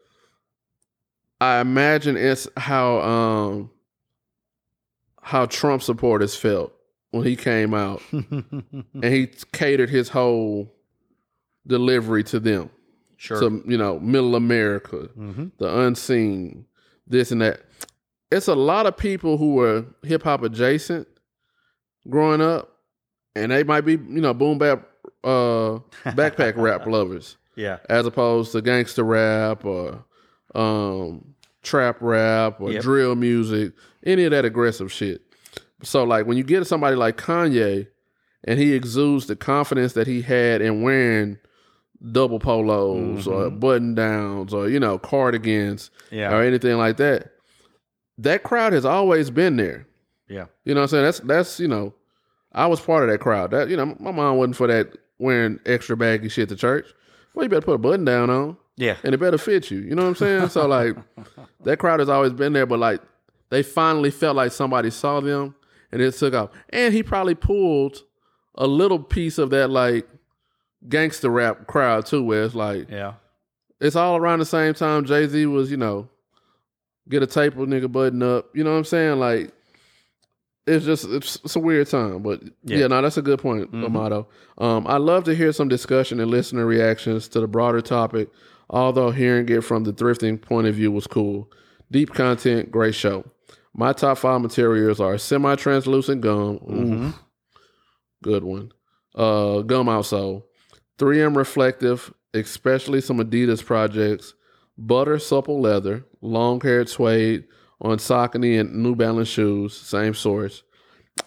[SPEAKER 2] I imagine it's how um how Trump supporters felt when he came out and he catered his whole delivery to them.
[SPEAKER 1] Sure.
[SPEAKER 2] To you know, middle America,
[SPEAKER 1] Mhm.
[SPEAKER 2] the unseen, this and that. It's a lot of people who were hip hop adjacent growing up, and they might be, you know, boom bap uh backpack rap lovers
[SPEAKER 1] yeah.
[SPEAKER 2] as opposed to gangster rap or um, trap rap or
[SPEAKER 1] Yep.
[SPEAKER 2] drill music, any of that aggressive shit. So, like, when you get somebody like Kanye and he exudes the confidence that he had in wearing double polos or button downs or, you know, cardigans
[SPEAKER 1] Mm-hmm. Yeah.
[SPEAKER 2] or anything like that, that crowd has always been there.
[SPEAKER 1] Yeah.
[SPEAKER 2] You know what I'm saying? That's that's you know, I was part of that crowd. That you know, my mom wasn't for that wearing extra baggy shit to church. Well, you better put a button down on,
[SPEAKER 1] Yeah.
[SPEAKER 2] and it better fit you. You know what I'm saying? so like, that crowd has always been there, but like, they finally felt like somebody saw them, and it took off. And he probably pulled a little piece of that like gangster rap crowd too, where it's like
[SPEAKER 1] Yeah.
[SPEAKER 2] it's all around the same time Jay Z was, you know, get a tape with nigga button up. You know what I'm saying? Like, it's just it's, it's a weird time, but yeah.
[SPEAKER 1] Yeah.
[SPEAKER 2] no, that's a good point, Amato. Um, I love to hear some discussion and listener reactions to the broader topic. Although hearing it from the thrifting point of view was cool, deep content, great show. My top five materials are semi-translucent gum, ooh, good one, uh, gum outsole, 3M reflective, especially some Adidas projects, butter supple leather, long haired suede on Saucony and New Balance shoes, same source,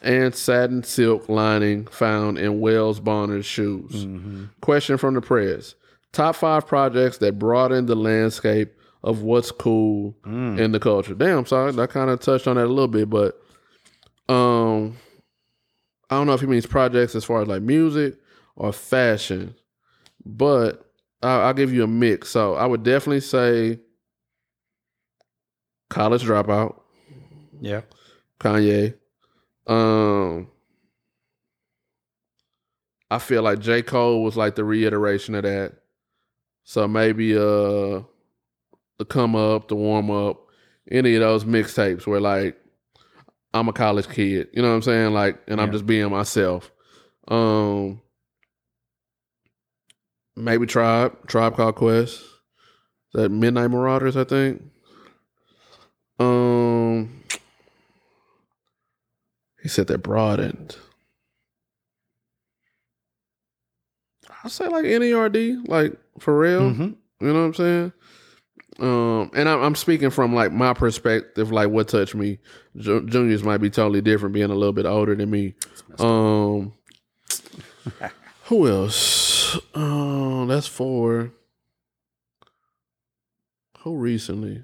[SPEAKER 2] and satin silk lining found in Wells Bonner's shoes.
[SPEAKER 1] Mm-hmm.
[SPEAKER 2] Question from the press Top five projects that broaden the landscape of what's cool
[SPEAKER 1] Mm. Hmm.
[SPEAKER 2] in the culture. Damn, sorry, I kind of touched on that a little bit, but um, I don't know if he means projects as far as like music or fashion, but I, I'll give you a mix. So I would definitely say college dropout,
[SPEAKER 1] Yeah.
[SPEAKER 2] Kanye. Um, I feel like J Cole was like the reiteration of that. So maybe uh, the come up, the warm up, any of those mixtapes where like I'm a college kid, you know what I'm saying? Like, and I'm
[SPEAKER 1] Yeah.
[SPEAKER 2] just being myself. Um, maybe Tribe, Tribe Called Quest. Is that Midnight Marauders, I think. Um, he said that broadened. I say like NERD, like for real.
[SPEAKER 1] Mhm.
[SPEAKER 2] You know what I'm saying? Um, and I'm, I'm speaking from like my perspective, like what touched me. Ju- juniors might be totally different, being a little bit older than me. Um, who else? Oh, that's four. Who recently?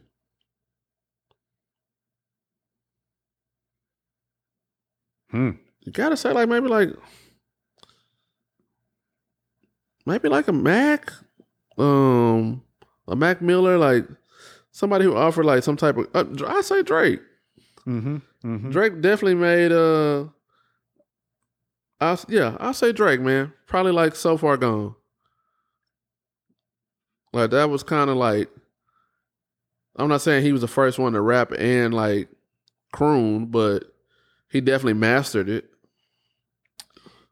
[SPEAKER 1] Hmm.
[SPEAKER 2] You gotta say like maybe like maybe like a Mac, um, a Mac Miller, like somebody who offered like some type of uh, I say Drake.
[SPEAKER 1] Mm-hmm. Mm-hmm.
[SPEAKER 2] Drake definitely made uh, I yeah I say Drake man probably like so far gone. Like that was kind of like I'm not saying he was the first one to rap and like croon, but he definitely mastered it.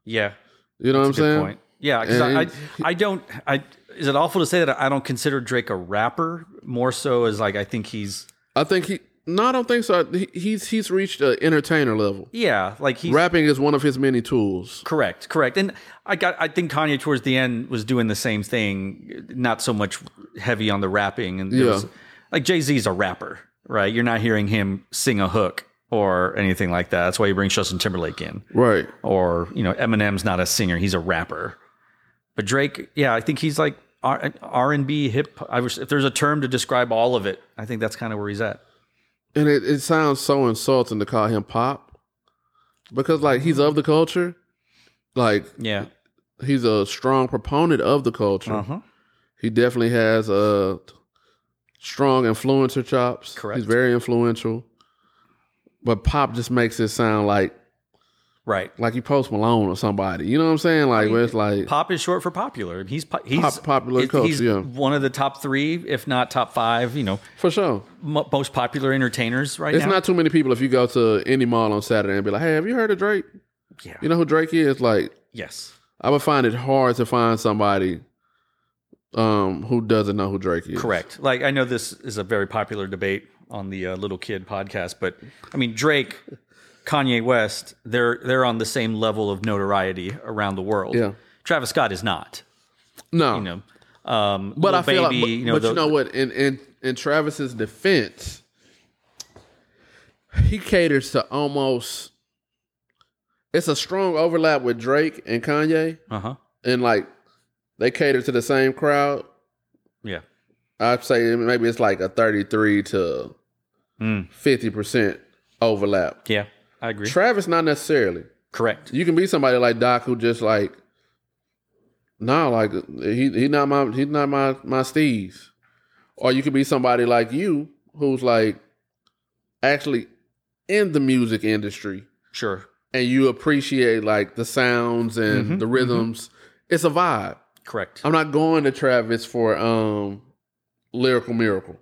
[SPEAKER 1] Yeah.
[SPEAKER 2] You know
[SPEAKER 1] That's
[SPEAKER 2] what
[SPEAKER 1] a good
[SPEAKER 2] I'm saying?
[SPEAKER 1] point. Yeah, 'cause
[SPEAKER 2] And-
[SPEAKER 1] I, I, I don't. I is it awful to say that I don't consider Drake a rapper? More so as like I think he's
[SPEAKER 2] I think he. No, I don't think so. He, he's he's reached an entertainer level.
[SPEAKER 1] yeah, like he's
[SPEAKER 2] Rapping is one of his many tools.
[SPEAKER 1] correct, correct. And I got I think Kanye towards the end was doing the same thing, not so much heavy on the rapping and there
[SPEAKER 2] Yeah.
[SPEAKER 1] was- like Jay Z's a rapper, right? You're not hearing him sing a hook or anything like that. That's why you bring Justin Timberlake in.
[SPEAKER 2] Right.
[SPEAKER 1] or you know Eminem's not a singer; he's a rapper. But Drake, yeah, I think he's like R and B hip. I wish if there's a term to describe all of it, I think that's kind of where he's at.
[SPEAKER 2] And it, it sounds so insulting to call him pop because, like, he's of the culture. Like,
[SPEAKER 1] Yeah,
[SPEAKER 2] he's a strong proponent of the culture.
[SPEAKER 1] uh huh,
[SPEAKER 2] He definitely has a strong influencer chops.
[SPEAKER 1] Correct.
[SPEAKER 2] He's very influential. But pop just makes it sound like
[SPEAKER 1] right.
[SPEAKER 2] like you post Malone or somebody. You know what I'm saying? Like where it's like
[SPEAKER 1] Pop is short for popular. He's po- he's
[SPEAKER 2] Pop- popular
[SPEAKER 1] it-
[SPEAKER 2] culture,
[SPEAKER 1] He's
[SPEAKER 2] yeah.
[SPEAKER 1] one of the top three, if not top five. You know,
[SPEAKER 2] for sure.
[SPEAKER 1] mo most popular entertainers right
[SPEAKER 2] It's
[SPEAKER 1] now.
[SPEAKER 2] not too many people if you go to any mall on Saturday and be like, Hey, have you heard of Drake?
[SPEAKER 1] yeah.
[SPEAKER 2] You know who Drake is? Like
[SPEAKER 1] yes.
[SPEAKER 2] I would find it hard to find somebody um who doesn't know who Drake is.
[SPEAKER 1] Correct. Like I know this is a very popular debate on the uh, Little Kid podcast, but I mean Drake, Kanye West, they're they're on the same level of notoriety around the world.
[SPEAKER 2] Yeah.
[SPEAKER 1] Travis Scott is not.
[SPEAKER 2] No.
[SPEAKER 1] You know. Um,
[SPEAKER 2] But
[SPEAKER 1] Lil
[SPEAKER 2] I feel
[SPEAKER 1] Baby,
[SPEAKER 2] like, but,
[SPEAKER 1] you
[SPEAKER 2] you
[SPEAKER 1] know,
[SPEAKER 2] know, but
[SPEAKER 1] the-
[SPEAKER 2] you know what? In in in Travis's defense, he caters to almost. It's a strong overlap with Drake and Kanye,
[SPEAKER 1] uh-huh.
[SPEAKER 2] and like they cater to the same crowd.
[SPEAKER 1] Yeah.
[SPEAKER 2] I'd say maybe it's like a thirty-three to
[SPEAKER 1] Mm.
[SPEAKER 2] fifty percent overlap.
[SPEAKER 1] Yeah. I agree.
[SPEAKER 2] Travis, not necessarily.
[SPEAKER 1] Correct.
[SPEAKER 2] You can be somebody like Doc who just like, nah, like he he not my he's not my my Steve, or you could be somebody like you who's like actually in the music industry
[SPEAKER 1] Sure.
[SPEAKER 2] and you appreciate like the sounds and
[SPEAKER 1] Mm-hmm,
[SPEAKER 2] the rhythms. It's a vibe.
[SPEAKER 1] Correct.
[SPEAKER 2] I'm not going to Travis for um lyrical miracle.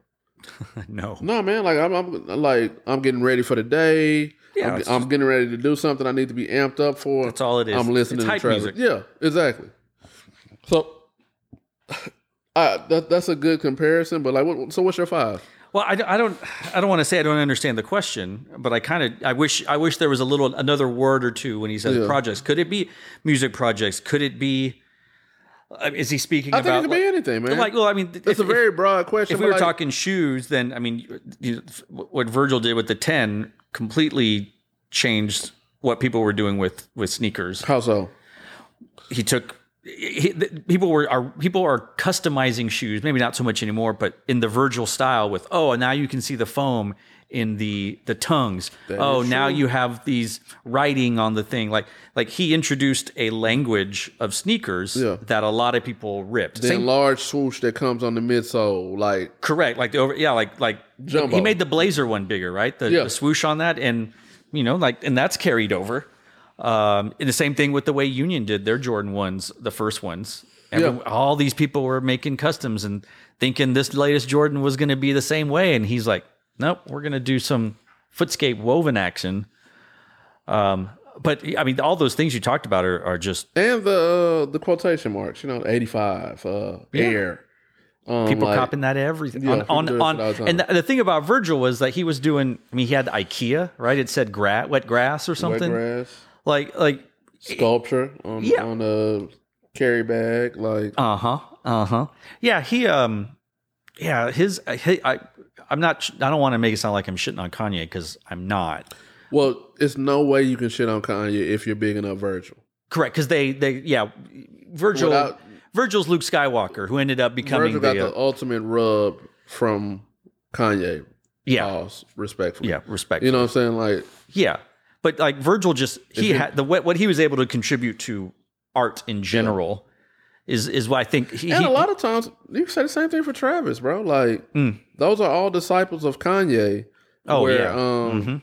[SPEAKER 1] no.
[SPEAKER 2] No, man. Like I'm, I'm like I'm getting ready for the day.
[SPEAKER 1] Yeah,
[SPEAKER 2] I'm,
[SPEAKER 1] it's
[SPEAKER 2] I'm getting ready to do something I need to be amped up for.
[SPEAKER 1] That's all it is.
[SPEAKER 2] I'm listening
[SPEAKER 1] It's
[SPEAKER 2] to
[SPEAKER 1] hype
[SPEAKER 2] Travis.
[SPEAKER 1] music.
[SPEAKER 2] Yeah, exactly. So, I, that, that's a good comparison. But like, what, so what's your five?
[SPEAKER 1] Well, I, I don't I don't want to say I don't understand the question, but I kind of I wish I wish there was a little another word or two when he says
[SPEAKER 2] Yeah.
[SPEAKER 1] projects. Could it be music projects? Could it be? uh, Is he speaking
[SPEAKER 2] I think
[SPEAKER 1] about
[SPEAKER 2] it could be anything, man.
[SPEAKER 1] like, like, well, I mean,
[SPEAKER 2] it's
[SPEAKER 1] if,
[SPEAKER 2] a very broad question.
[SPEAKER 1] if, we
[SPEAKER 2] but,
[SPEAKER 1] were
[SPEAKER 2] like,
[SPEAKER 1] talking shoes, then I mean, you know, what Virgil did with the ten completely changed what people were doing with with sneakers.
[SPEAKER 2] how so?
[SPEAKER 1] He took. He, the- people were are people are customizing shoes, maybe not so much anymore, but in the Virgil style with oh, now you can see the foam in the the tongues. oh, now you have these writing on the thing. Like like he introduced a language of sneakers
[SPEAKER 2] Yeah.
[SPEAKER 1] that a lot of people ripped.
[SPEAKER 2] The
[SPEAKER 1] Same-
[SPEAKER 2] large swoosh that comes on the midsole, like
[SPEAKER 1] Correct. Like the over, yeah, like like
[SPEAKER 2] Jumbo.
[SPEAKER 1] he made the blazer one bigger, right? The,
[SPEAKER 2] Yeah.
[SPEAKER 1] the swoosh on that, and you know, like, and that's carried over. Um, and the same thing with the way Union did their Jordan ones, the first ones. Every,
[SPEAKER 2] Yeah.
[SPEAKER 1] All these people were making customs and thinking this latest Jordan was going to be the same way, and he's like, nope, we're going to do some footscape woven action. Um, but I mean, all those things you talked about are, are just
[SPEAKER 2] and the uh, the quotation marks. You know, eighty five uh, air. Um,
[SPEAKER 1] people
[SPEAKER 2] like,
[SPEAKER 1] copping that everything
[SPEAKER 2] Yeah,
[SPEAKER 1] on
[SPEAKER 2] people do
[SPEAKER 1] on, on
[SPEAKER 2] that all the time.
[SPEAKER 1] and the, the thing about Virgil was that he was doing I mean he had IKEA right it said gra- wet grass or
[SPEAKER 2] wet
[SPEAKER 1] something
[SPEAKER 2] grass.
[SPEAKER 1] like like
[SPEAKER 2] sculpture on
[SPEAKER 1] Yeah.
[SPEAKER 2] on a carry bag. Like
[SPEAKER 1] uh-huh uh-huh yeah he um yeah his uh, he, I I'm not sh- I don't want to make it sound like I'm shitting on Kanye cuz I'm not
[SPEAKER 2] well, it's no way you can shit on Kanye if you're big enough Virgil.
[SPEAKER 1] correct cuz they they yeah Virgil
[SPEAKER 2] Without-
[SPEAKER 1] Virgil's Luke Skywalker who ended up becoming
[SPEAKER 2] Virgil got
[SPEAKER 1] the, uh,
[SPEAKER 2] the ultimate rub from Kanye.
[SPEAKER 1] yeah
[SPEAKER 2] Pause, respectfully.
[SPEAKER 1] yeah respect
[SPEAKER 2] You know what I'm saying? Like
[SPEAKER 1] Yeah, but like Virgil, just he
[SPEAKER 2] you-
[SPEAKER 1] had the what, what he was able to contribute to art in general is is what I think he,
[SPEAKER 2] and
[SPEAKER 1] he- Hmm.
[SPEAKER 2] a lot of times you say the same thing for Travis, bro. Like those are all disciples of Kanye.
[SPEAKER 1] Oh,
[SPEAKER 2] where,
[SPEAKER 1] yeah.
[SPEAKER 2] um
[SPEAKER 1] Mhm.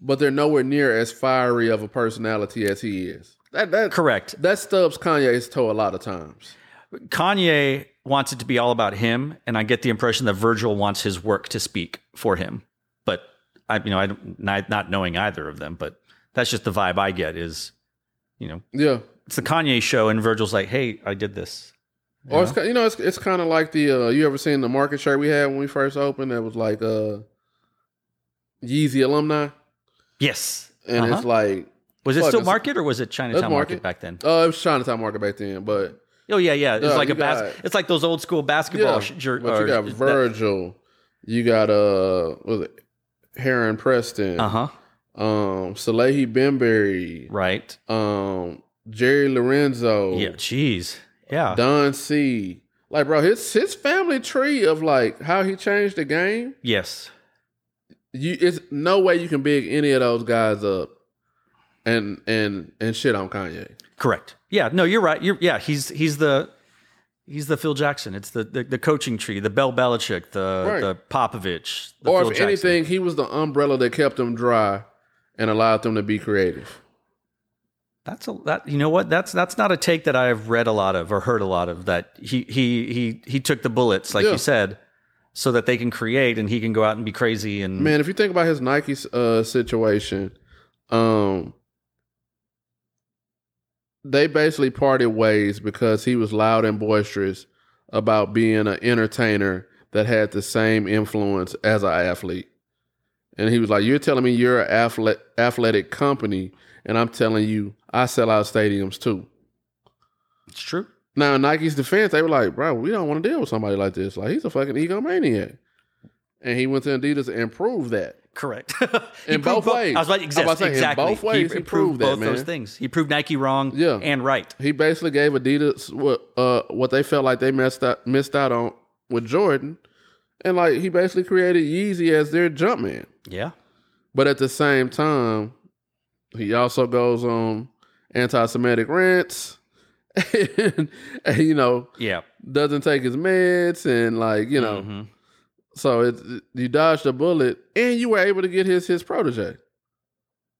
[SPEAKER 2] but they're nowhere near as fiery of a personality as he is. That that
[SPEAKER 1] correct.
[SPEAKER 2] that stubs Kanye's toe a lot of times.
[SPEAKER 1] Kanye wants it to be all about him, and I get the impression that Virgil wants his work to speak for him. But I, you know, I don't- not, not knowing either of them, but that's just the vibe I get. Is you know,
[SPEAKER 2] Yeah.
[SPEAKER 1] it's the Kanye show, and Virgil's like, "Hey, I did this."
[SPEAKER 2] Or it's ki- you know it's it's kind of like the uh, you ever seen the market shirt we had when we first opened that was like uh Yeezy alumni
[SPEAKER 1] Yes.
[SPEAKER 2] and
[SPEAKER 1] Uh-huh.
[SPEAKER 2] it's like
[SPEAKER 1] was it
[SPEAKER 2] fuck,
[SPEAKER 1] still
[SPEAKER 2] it's-
[SPEAKER 1] Market or was it Chinatown Market.
[SPEAKER 2] Market.
[SPEAKER 1] back then?
[SPEAKER 2] uh it was Chinatown market back then but
[SPEAKER 1] Oh yeah, yeah. It's
[SPEAKER 2] No,
[SPEAKER 1] like
[SPEAKER 2] you
[SPEAKER 1] a bas-
[SPEAKER 2] got-
[SPEAKER 1] It's like those old school basketball
[SPEAKER 2] yeah
[SPEAKER 1] sh- jer-
[SPEAKER 2] but you
[SPEAKER 1] or-
[SPEAKER 2] got
[SPEAKER 1] that-
[SPEAKER 2] Virgil you got uh what was it Heron Preston
[SPEAKER 1] Uh-huh.
[SPEAKER 2] um Salehi Benberry
[SPEAKER 1] Right.
[SPEAKER 2] um Jerry Lorenzo
[SPEAKER 1] Yeah. Jeez. Yeah.
[SPEAKER 2] Don C like bro his his family tree of like how he changed the game
[SPEAKER 1] Yes.
[SPEAKER 2] you it's no way you can big any of those guys up and and and shit on Kanye.
[SPEAKER 1] Correct. Yeah. No, you're right. You're yeah. He's he's the he's the Phil Jackson. It's the the, the coaching tree, the Bell Belichick, the
[SPEAKER 2] Right.
[SPEAKER 1] the Popovich, the
[SPEAKER 2] or
[SPEAKER 1] Phil
[SPEAKER 2] if
[SPEAKER 1] Jackson.
[SPEAKER 2] anything, he was the umbrella that kept them dry and allowed them to be creative.
[SPEAKER 1] That's a that you know what that's that's not a take that I've read a lot of or heard a lot of that he he he he took the bullets like
[SPEAKER 2] Yeah.
[SPEAKER 1] you said so that they can create and he can go out and be crazy and
[SPEAKER 2] Man, if you think about his Nike uh, situation, um, they basically parted ways because he was loud and boisterous about being an entertainer that had the same influence as an athlete. And he was like, "You're telling me you're an athlete, athletic company, and I'm telling you I sell out stadiums too."
[SPEAKER 1] it's true.
[SPEAKER 2] Now, in Nike's defense, they were like, bro, we don't want to deal with somebody like this. Like, he's a fucking egomaniac. And he went to Adidas and proved that.
[SPEAKER 1] Correct.
[SPEAKER 2] In
[SPEAKER 1] proved
[SPEAKER 2] both ways.
[SPEAKER 1] I was like,
[SPEAKER 2] I was about
[SPEAKER 1] exactly.
[SPEAKER 2] to say, in
[SPEAKER 1] exactly.
[SPEAKER 2] both ways, he proved that,
[SPEAKER 1] both those
[SPEAKER 2] man.
[SPEAKER 1] things. He proved Nike wrong
[SPEAKER 2] Yeah.
[SPEAKER 1] and right.
[SPEAKER 2] He basically gave Adidas what uh what they felt like they messed out missed out on with Jordan. And like he basically created Yeezy as their jump man.
[SPEAKER 1] Yeah.
[SPEAKER 2] But at the same time, he also goes on anti Semitic rants and, and, you know,
[SPEAKER 1] Yeah.
[SPEAKER 2] doesn't take his meds and like, you know,
[SPEAKER 1] Mhm.
[SPEAKER 2] So it, it- you dodged a bullet, and you were able to get his his protege,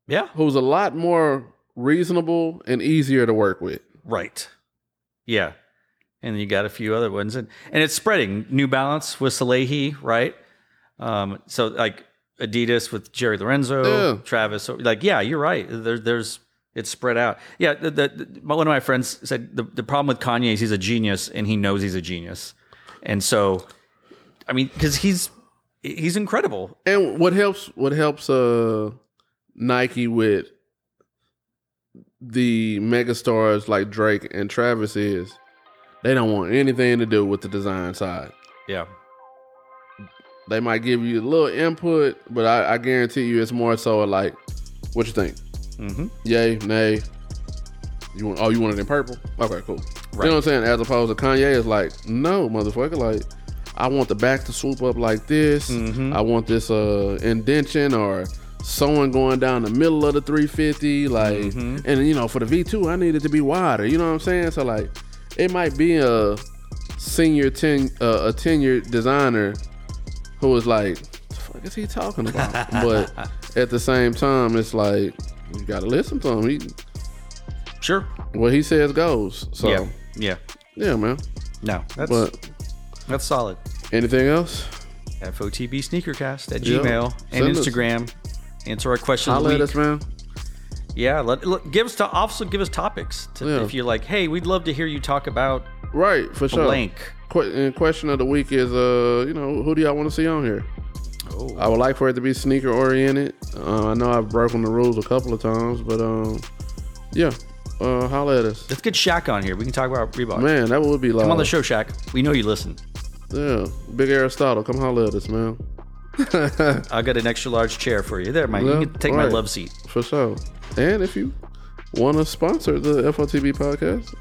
[SPEAKER 1] Yeah.
[SPEAKER 2] who's a lot more reasonable and easier to work with.
[SPEAKER 1] Right. Yeah. And you got a few other ones. And, and it's spreading. New Balance with Salehi, right? Um, so, like Adidas with Jerry Lorenzo,
[SPEAKER 2] Yeah.
[SPEAKER 1] Travis. So like, yeah, you're right. There, there's, it's spread out. Yeah. The, the, the- one of my friends said the, the problem with Kanye is he's a genius and he knows he's a genius. And so, I mean, because he's, he's incredible.
[SPEAKER 2] And what helps what helps uh Nike with the megastars like Drake and Travis is they don't want anything to do with the design side.
[SPEAKER 1] Yeah.
[SPEAKER 2] They might give you a little input, but I, I guarantee you it's more so like, what you think?
[SPEAKER 1] hmm
[SPEAKER 2] yay, nay. You want? Oh, you want it in purple? Okay, cool. You
[SPEAKER 1] Right.
[SPEAKER 2] know what I'm saying? As opposed to Kanye is like, no, motherfucker. Like, I want the back to swoop up like this.
[SPEAKER 1] Mhm.
[SPEAKER 2] I want this uh indention or someone going down the middle of the 350. Like,
[SPEAKER 1] Mhm.
[SPEAKER 2] and you know, for the V2, I need it to be wider. You know what I'm saying? So like, it might be a senior ten uh, a tenured designer who was like, the fuck is he talking about? but at the same time, it's like you gotta listen to him. He,
[SPEAKER 1] Sure.
[SPEAKER 2] what he says goes. So
[SPEAKER 1] yeah.
[SPEAKER 2] yeah,
[SPEAKER 1] Yeah.
[SPEAKER 2] man.
[SPEAKER 1] No, that's,
[SPEAKER 2] But
[SPEAKER 1] that's solid.
[SPEAKER 2] anything else?
[SPEAKER 1] FOTB sneakercast at
[SPEAKER 2] Yeah.
[SPEAKER 1] Gmail and
[SPEAKER 2] Send us-
[SPEAKER 1] Instagram. Answer our questions. of the
[SPEAKER 2] Holla at
[SPEAKER 1] week.
[SPEAKER 2] us, man.
[SPEAKER 1] Yeah, let, let- give us to also give us topics to,
[SPEAKER 2] Yeah.
[SPEAKER 1] if you're like, hey, we'd love to hear you talk about
[SPEAKER 2] Right for sure.
[SPEAKER 1] blank.
[SPEAKER 2] Que- and question of the week is uh, you know, who do y'all want to see on here?
[SPEAKER 1] Oh,
[SPEAKER 2] I would like for it to be sneaker oriented. Uh, I know I've broken the rules a couple of times, but um, yeah. Uh, holla at us,
[SPEAKER 1] let's get Shaq on here. We can talk about Reebok.
[SPEAKER 2] man. That would be like
[SPEAKER 1] Come on the show, Shaq. We know you listen.
[SPEAKER 2] Yeah, Big Aristotle, come holla at us, man.
[SPEAKER 1] I got an extra large chair for you. There, Mike.
[SPEAKER 2] Yeah,
[SPEAKER 1] you can take my
[SPEAKER 2] alright.
[SPEAKER 1] love seat.
[SPEAKER 2] For sure. And if you want to sponsor the FOTB podcast,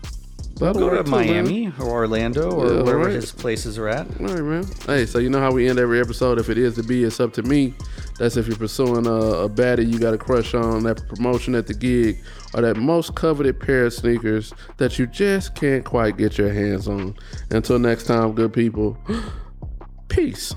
[SPEAKER 2] that'll
[SPEAKER 1] Go
[SPEAKER 2] work
[SPEAKER 1] to
[SPEAKER 2] too,
[SPEAKER 1] Miami or Orlando or
[SPEAKER 2] Yeah,
[SPEAKER 1] wherever
[SPEAKER 2] alright.
[SPEAKER 1] his places are at.
[SPEAKER 2] Man. All right, man. Hey, so you know how we end every episode? If it is to be, it's up to me. That's if you're pursuing a, a baddie you got a crush on, that promotion at the gig, or that most coveted pair of sneakers that you just can't quite get your hands on. Until next time, good people, peace.